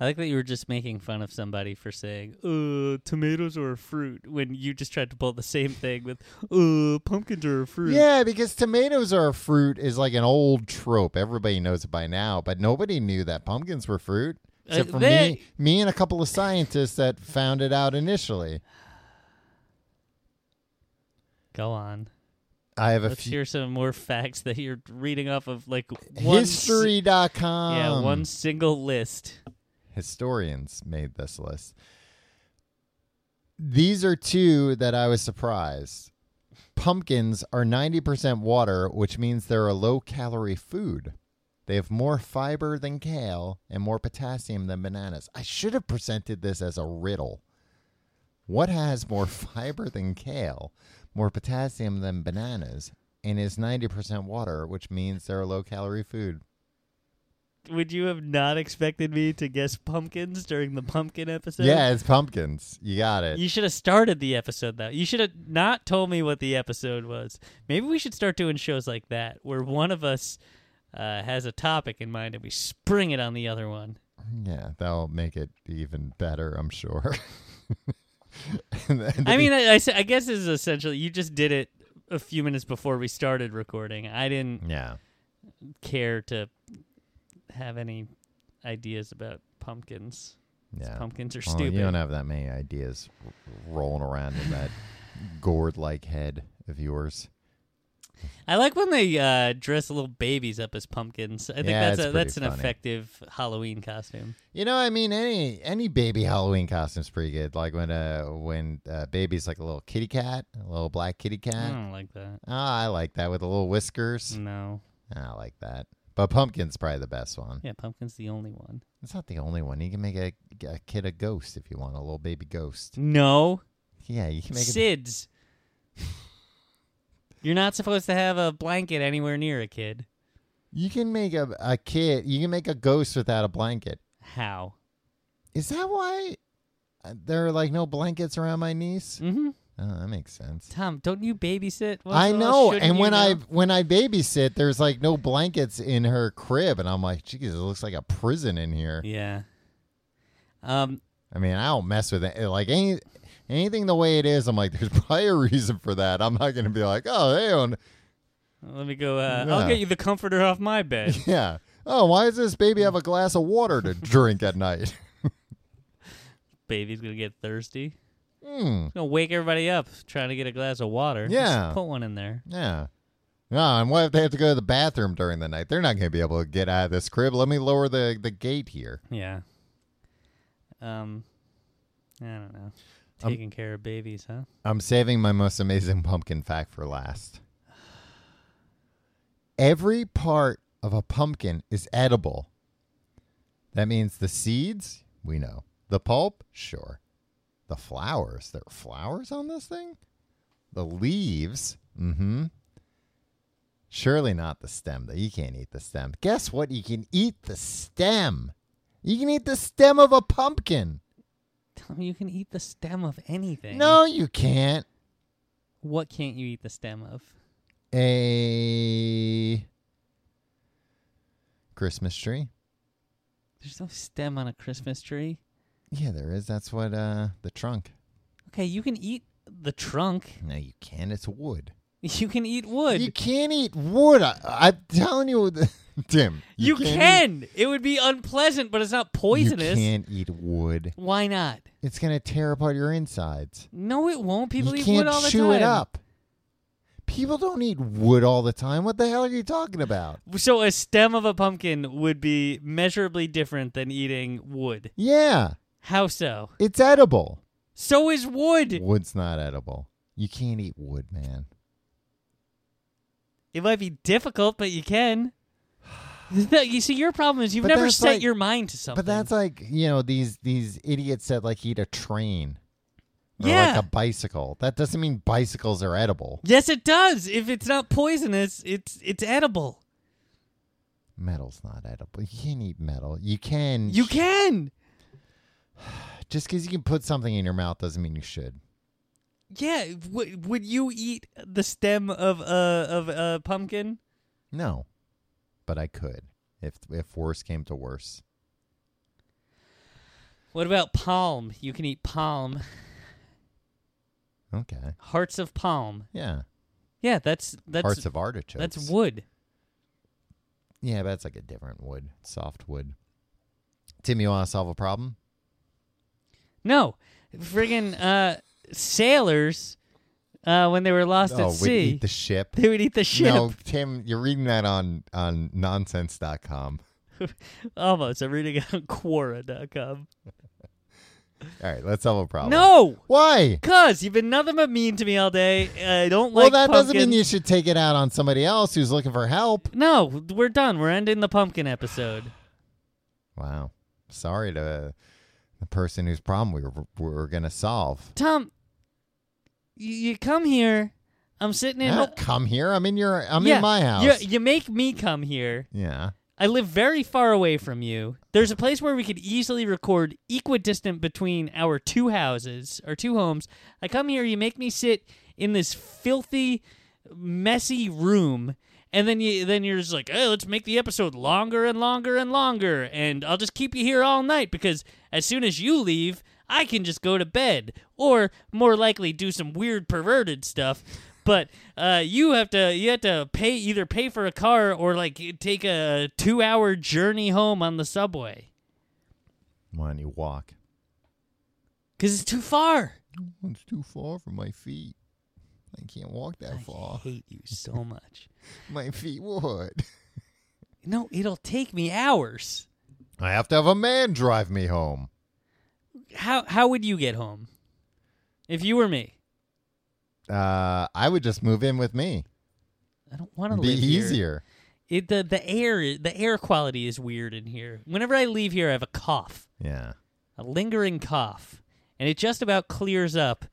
[SPEAKER 3] I like that you were just making fun of somebody for saying, uh, tomatoes are a fruit, when you just tried to pull the same thing with, uh, pumpkins are a fruit.
[SPEAKER 2] Yeah, because tomatoes are a fruit is like an old trope. Everybody knows it by now, but nobody knew that pumpkins were fruit.
[SPEAKER 3] Uh,
[SPEAKER 2] Except for
[SPEAKER 3] they-
[SPEAKER 2] me, me and a couple of scientists that found it out initially.
[SPEAKER 3] Go on.
[SPEAKER 2] I have a
[SPEAKER 3] Let's
[SPEAKER 2] few
[SPEAKER 3] hear some more facts that you're reading off of, like, one s-
[SPEAKER 2] history.com.
[SPEAKER 3] yeah, one single list.
[SPEAKER 2] historians made this list. These are two that I was surprised. Pumpkins are 90% water, which means they're a low calorie food. They have more fiber than kale and more potassium than bananas. I should have presented this as a riddle. What has more fiber than kale, more potassium than bananas, and is 90% water, which means they're a low calorie food?
[SPEAKER 3] Would you have not expected me to guess pumpkins during the pumpkin episode?
[SPEAKER 2] yeah, it's pumpkins. You got it.
[SPEAKER 3] You should have started the episode though. You should have not told me what the episode was. Maybe we should start doing shows like that where one of us uh, has a topic in mind and we spring it on the other one.
[SPEAKER 2] Yeah, that'll make it even better, I'm sure. And then-
[SPEAKER 3] I mean, I, I s- I guess this is essentially you just did it a few minutes before we started recording. I didn't
[SPEAKER 2] yeah.
[SPEAKER 3] care to have any ideas about pumpkins.
[SPEAKER 2] Yeah.
[SPEAKER 3] Pumpkins are
[SPEAKER 2] Well,
[SPEAKER 3] stupid.
[SPEAKER 2] You don't have that many ideas r- rolling around in that gourd like head of yours.
[SPEAKER 3] I like when they uh, dress little babies up as pumpkins. I think
[SPEAKER 2] Yeah,
[SPEAKER 3] that's
[SPEAKER 2] it's
[SPEAKER 3] a, that's an
[SPEAKER 2] pretty funny.
[SPEAKER 3] effective Halloween costume.
[SPEAKER 2] You know, I mean, any any baby Halloween costume's pretty good. Like when uh when uh, baby's like a little kitty cat, a little black kitty
[SPEAKER 3] I
[SPEAKER 2] cat.
[SPEAKER 3] don't like that.
[SPEAKER 2] Ah, I like that with the little whiskers.
[SPEAKER 3] No.
[SPEAKER 2] I like that. But pumpkin's probably the best one.
[SPEAKER 3] Yeah, pumpkin's the only one.
[SPEAKER 2] It's not the only one. You can make a, a kid a ghost if you want a little baby ghost.
[SPEAKER 3] No.
[SPEAKER 2] Yeah, you can make it.
[SPEAKER 3] SIDS. You're not supposed to have a blanket anywhere near a kid.
[SPEAKER 2] You can make a, a kid. You can make a ghost without a blanket.
[SPEAKER 3] How?
[SPEAKER 2] Is that why uh, there are like no blankets around my niece?
[SPEAKER 3] Mm-hmm.
[SPEAKER 2] Oh, that makes sense.
[SPEAKER 3] Tom, don't you babysit? Once
[SPEAKER 2] I
[SPEAKER 3] in a while?
[SPEAKER 2] know.
[SPEAKER 3] Shouldn't
[SPEAKER 2] And
[SPEAKER 3] you
[SPEAKER 2] when
[SPEAKER 3] know?
[SPEAKER 2] I when I babysit, there's like no blankets in her crib, and I'm like, geez, it looks like a prison in here.
[SPEAKER 3] Yeah. Um,
[SPEAKER 2] I mean, I don't mess with it. Like any anything the way it is, I'm like, there's probably a reason for that. I'm not gonna be like, oh, they don't.
[SPEAKER 3] let me go. Uh, I'll
[SPEAKER 2] Yeah.
[SPEAKER 3] get you the comforter off my bed.
[SPEAKER 2] Yeah. Oh, why does this baby have a glass of water to drink at night?
[SPEAKER 3] Baby's gonna get thirsty.
[SPEAKER 2] Hmm.
[SPEAKER 3] Gonna wake everybody up trying to get a glass of water. Just
[SPEAKER 2] Yeah.
[SPEAKER 3] put one in there.
[SPEAKER 2] Yeah. No, and what if they have to go to the bathroom during the night? They're not going to be able to get out of this crib. Let me lower the, the gate here.
[SPEAKER 3] Yeah. Um, I don't know.
[SPEAKER 2] Um,
[SPEAKER 3] Taking care of babies, huh?
[SPEAKER 2] I'm saving my most amazing pumpkin fact for last. Every part of a pumpkin is edible. That means the seeds, we know. The pulp, sure. The flowers, there are flowers on this thing? The leaves, mm hmm. Surely not the stem, though. You can't eat the stem. Guess what? You can eat the stem. You can eat the stem of a pumpkin.
[SPEAKER 3] Tell me you can eat the stem of anything.
[SPEAKER 2] No, you can't.
[SPEAKER 3] What can't you eat the stem of?
[SPEAKER 2] a Christmas tree.
[SPEAKER 3] There's no stem on a Christmas tree.
[SPEAKER 2] Yeah, there is. That's what uh the trunk.
[SPEAKER 3] Okay, you can eat the trunk.
[SPEAKER 2] No, you can't. It's wood.
[SPEAKER 3] You can eat wood.
[SPEAKER 2] You can't eat wood. I, I'm telling you, Tim.
[SPEAKER 3] You,
[SPEAKER 2] can't
[SPEAKER 3] can. It would be unpleasant, but it's not
[SPEAKER 2] eat-
[SPEAKER 3] poisonous.
[SPEAKER 2] You can't eat wood.
[SPEAKER 3] Why not?
[SPEAKER 2] It's gonna tear apart your insides.
[SPEAKER 3] No, it won't. People
[SPEAKER 2] you
[SPEAKER 3] eat
[SPEAKER 2] can't
[SPEAKER 3] wood all the
[SPEAKER 2] chew
[SPEAKER 3] time.
[SPEAKER 2] it up. People don't eat wood all the time. What the hell are you talking about?
[SPEAKER 3] So a stem of a pumpkin would be measurably different than eating wood.
[SPEAKER 2] Yeah,
[SPEAKER 3] How so?
[SPEAKER 2] it's edible.
[SPEAKER 3] So is wood.
[SPEAKER 2] Wood's not edible. You can't eat wood, man.
[SPEAKER 3] It might be difficult, but you can. No, you see, your problem is you've
[SPEAKER 2] But
[SPEAKER 3] never
[SPEAKER 2] that's
[SPEAKER 3] set
[SPEAKER 2] like-
[SPEAKER 3] your mind to something.
[SPEAKER 2] But that's like you know these these idiots that like eat a train or
[SPEAKER 3] yeah.
[SPEAKER 2] like a bicycle. That doesn't mean bicycles are edible.
[SPEAKER 3] yes, it does. If it's not poisonous, it's it's edible.
[SPEAKER 2] Metal's not edible. You can't eat metal. You can.
[SPEAKER 3] You can.
[SPEAKER 2] Just because you can put something in your mouth doesn't mean you should.
[SPEAKER 3] Yeah. W- would you eat the stem of a of a pumpkin?
[SPEAKER 2] No, but I could if if worse came to worse.
[SPEAKER 3] What about palm? You can eat palm.
[SPEAKER 2] Okay.
[SPEAKER 3] Hearts of palm.
[SPEAKER 2] Yeah.
[SPEAKER 3] Yeah, that's that's
[SPEAKER 2] Hearts of artichokes.
[SPEAKER 3] that's wood.
[SPEAKER 2] Yeah, but that's like a different wood, soft wood. Tim, you want to solve a problem?
[SPEAKER 3] No, friggin' uh, sailors uh, when they were lost
[SPEAKER 2] oh,
[SPEAKER 3] at
[SPEAKER 2] we
[SPEAKER 3] sea,
[SPEAKER 2] eat the ship.
[SPEAKER 3] they would eat the ship.
[SPEAKER 2] No, Tim, you're reading that on on nonsense.com.
[SPEAKER 3] Almost. I'm reading it on Quora.com.
[SPEAKER 2] All right, let's solve a problem.
[SPEAKER 3] No,
[SPEAKER 2] Why?
[SPEAKER 3] cause you've been nothing but mean to me all day. I don't
[SPEAKER 2] well,
[SPEAKER 3] like.
[SPEAKER 2] that doesn't mean
[SPEAKER 3] pumpkin.
[SPEAKER 2] you should take it out on somebody else who's looking for help.
[SPEAKER 3] No, we're done. We're ending the pumpkin episode.
[SPEAKER 2] Wow. Sorry to the person whose problem we were, we were going to solve.
[SPEAKER 3] Tom, you, you come here. I'm sitting in.
[SPEAKER 2] I don't Ah, come here. I'm in your. I'm
[SPEAKER 3] Yeah,
[SPEAKER 2] in my house.
[SPEAKER 3] You, you make me come here.
[SPEAKER 2] yeah.
[SPEAKER 3] I live very far away from you. There's a place where we could easily record equidistant between our two houses, our two homes. I come here, you make me sit in this filthy, messy room, and then you then you're just like, "Hey, let's make the episode longer and longer and longer, and I'll just keep you here all night because as soon as you leave, I can just go to bed or more likely do some weird perverted stuff." But uh, you have to you have to pay either pay for a car or like take a two hour journey home on the subway
[SPEAKER 2] Why don't you walk?
[SPEAKER 3] because it's too far.
[SPEAKER 2] It's too far from my feet. I can't walk that
[SPEAKER 3] I
[SPEAKER 2] far.
[SPEAKER 3] hate you so much.
[SPEAKER 2] My feet would.
[SPEAKER 3] No, it'll take me hours.
[SPEAKER 2] I have to have a man drive me home.
[SPEAKER 3] How how would you get home if you were me?
[SPEAKER 2] Uh, I would just move in with me.
[SPEAKER 3] I don't want to
[SPEAKER 2] Be
[SPEAKER 3] live here.
[SPEAKER 2] easier.
[SPEAKER 3] It, the the air the air quality is weird in here. Whenever I leave here, I have a cough,
[SPEAKER 2] Yeah.
[SPEAKER 3] a lingering cough, and it just about clears up.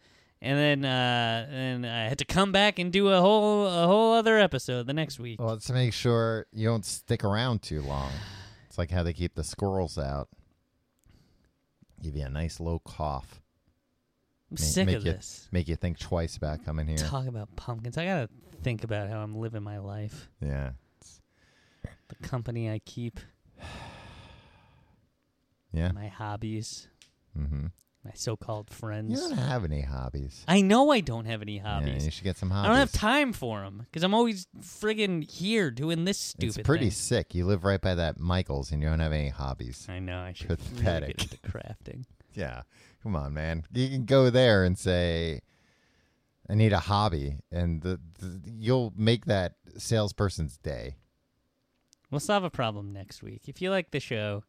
[SPEAKER 3] And then uh, and I had to come back and do a whole a whole other episode the next week.
[SPEAKER 2] Well, it's to make sure you don't stick around too long. It's like how they keep the squirrels out. Give you a nice low cough.
[SPEAKER 3] I'm
[SPEAKER 2] Ma-
[SPEAKER 3] sick
[SPEAKER 2] make
[SPEAKER 3] of
[SPEAKER 2] you,
[SPEAKER 3] this.
[SPEAKER 2] Make you think twice about coming here.
[SPEAKER 3] Talk about pumpkins. I gotta think about how I'm living my life.
[SPEAKER 2] Yeah.
[SPEAKER 3] The company I keep,
[SPEAKER 2] Yeah.
[SPEAKER 3] my hobbies,
[SPEAKER 2] Mm-hmm.
[SPEAKER 3] my so-called
[SPEAKER 2] You
[SPEAKER 3] friends.
[SPEAKER 2] don't have any hobbies.
[SPEAKER 3] I know I don't have any
[SPEAKER 2] Yeah,
[SPEAKER 3] hobbies.
[SPEAKER 2] you should get some hobbies.
[SPEAKER 3] I don't have time for them because I'm always friggin' here doing this stupid.
[SPEAKER 2] It's pretty
[SPEAKER 3] thing.
[SPEAKER 2] sick. You live right by that Michaels and you don't have any hobbies.
[SPEAKER 3] I know. I should really
[SPEAKER 2] Pathetic.
[SPEAKER 3] get into crafting.
[SPEAKER 2] Yeah. Come on, man. You can go there and say, I need a hobby. And the, the, you'll make that salesperson's day.
[SPEAKER 3] We'll solve a problem next week. If you like the show,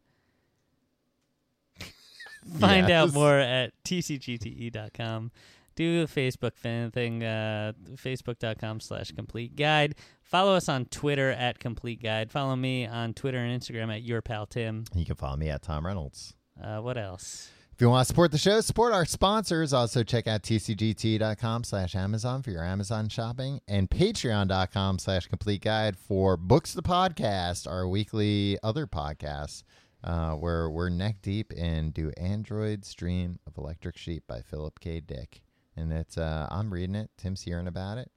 [SPEAKER 3] find out
[SPEAKER 2] Yes.
[SPEAKER 3] more at tcgte.com. Do a Facebook fan thing, uh, facebook.com slash complete guide. Follow us on Twitter at complete guide. Follow me on Twitter and Instagram at your pal Tim.
[SPEAKER 2] You can follow me at Tom Reynolds.
[SPEAKER 3] Uh, what else?
[SPEAKER 2] If you want to support the show, support our sponsors. Also, check out tcgt.com slash Amazon for your Amazon shopping and patreon.com slash complete guide for Books the Podcast, our weekly other podcast, uh, where we're neck deep in Do Androids Dream of Electric Sheep by Philip K. Dick. And it's uh, I'm reading it. Tim's hearing about it.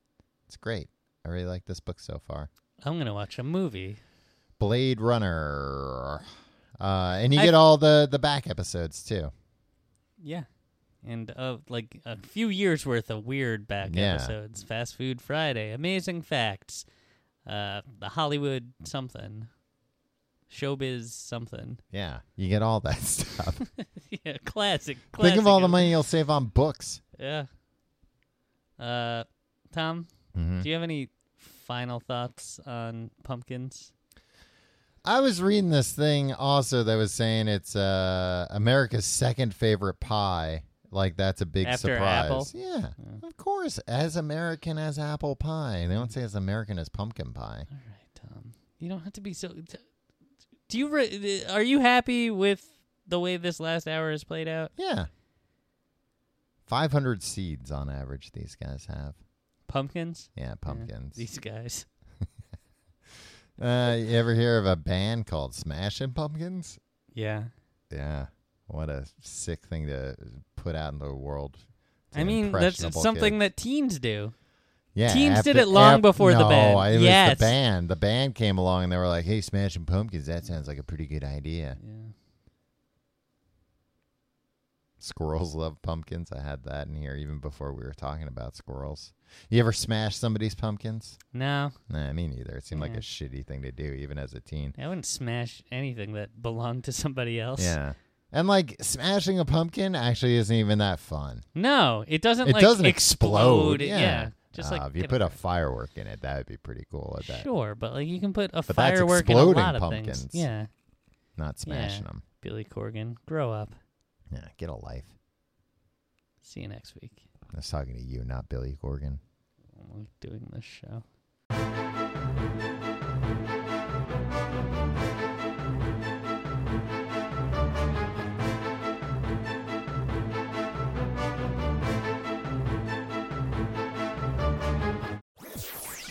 [SPEAKER 2] It's great. I really like this book so far.
[SPEAKER 3] I'm going to watch a movie.
[SPEAKER 2] Blade Runner. Uh, and you
[SPEAKER 3] I-
[SPEAKER 2] get all the, the back episodes too.
[SPEAKER 3] Yeah. and uh, like a few years worth of weird back
[SPEAKER 2] Yeah.
[SPEAKER 3] episodes. Fast Food Friday, Amazing Facts, uh, the Hollywood something, Showbiz something.
[SPEAKER 2] Yeah, you get all that stuff.
[SPEAKER 3] yeah, classic.
[SPEAKER 2] Think of all the
[SPEAKER 3] classic.
[SPEAKER 2] money you'll save on books.
[SPEAKER 3] Yeah. Uh, Tom,
[SPEAKER 2] Hmm.
[SPEAKER 3] do you have any final thoughts on pumpkins?
[SPEAKER 2] I was reading this thing also that was saying it's uh, America's second favorite pie. Like that's a big
[SPEAKER 3] After
[SPEAKER 2] surprise.
[SPEAKER 3] apple?
[SPEAKER 2] Yeah, of course, as American as apple pie. They don't say as American as pumpkin pie.
[SPEAKER 3] All right, Tom. You don't have to be so. t- Do you? Re- are you happy with the way this last hour has played out?
[SPEAKER 2] Yeah, five hundred seeds on average these guys have.
[SPEAKER 3] Pumpkins.
[SPEAKER 2] Yeah, pumpkins.
[SPEAKER 3] These guys.
[SPEAKER 2] Uh, you ever hear of a band called Smashing Pumpkins?
[SPEAKER 3] Yeah.
[SPEAKER 2] Yeah, what a sick thing to put out in the world. It's
[SPEAKER 3] I
[SPEAKER 2] an
[SPEAKER 3] mean, that's
[SPEAKER 2] impressionable
[SPEAKER 3] something
[SPEAKER 2] kid.
[SPEAKER 3] that teens do.
[SPEAKER 2] Yeah,
[SPEAKER 3] Teens did it long before the
[SPEAKER 2] no,
[SPEAKER 3] band.
[SPEAKER 2] it was
[SPEAKER 3] Yes.
[SPEAKER 2] the band. The band came along and they were like, "Hey, Smashing Pumpkins, that sounds like a pretty good idea."
[SPEAKER 3] Yeah.
[SPEAKER 2] Squirrels love pumpkins. I had that in here even before we were talking about squirrels. You ever smash somebody's pumpkins?
[SPEAKER 3] No,
[SPEAKER 2] Nah, me neither. It seemed like
[SPEAKER 3] Yeah.
[SPEAKER 2] a shitty thing to do, even as a teen.
[SPEAKER 3] I wouldn't smash anything that belonged to somebody else.
[SPEAKER 2] Yeah, and like smashing a pumpkin actually isn't even that fun.
[SPEAKER 3] No, it doesn't.
[SPEAKER 2] It
[SPEAKER 3] like,
[SPEAKER 2] doesn't explode.
[SPEAKER 3] explode.
[SPEAKER 2] Yeah.
[SPEAKER 3] Just
[SPEAKER 2] Uh,
[SPEAKER 3] like
[SPEAKER 2] if you
[SPEAKER 3] get
[SPEAKER 2] put a firework in it, that would be pretty cool. I bet.
[SPEAKER 3] Sure, but like you can put a
[SPEAKER 2] But that's
[SPEAKER 3] firework in a lot
[SPEAKER 2] exploding
[SPEAKER 3] of
[SPEAKER 2] pumpkins.
[SPEAKER 3] things. Yeah,
[SPEAKER 2] Not smashing them.
[SPEAKER 3] Billy Corgan, grow up.
[SPEAKER 2] Yeah, get a life.
[SPEAKER 3] See you next week.
[SPEAKER 2] I was talking to you, not Billy Corgan.
[SPEAKER 3] We're doing this show.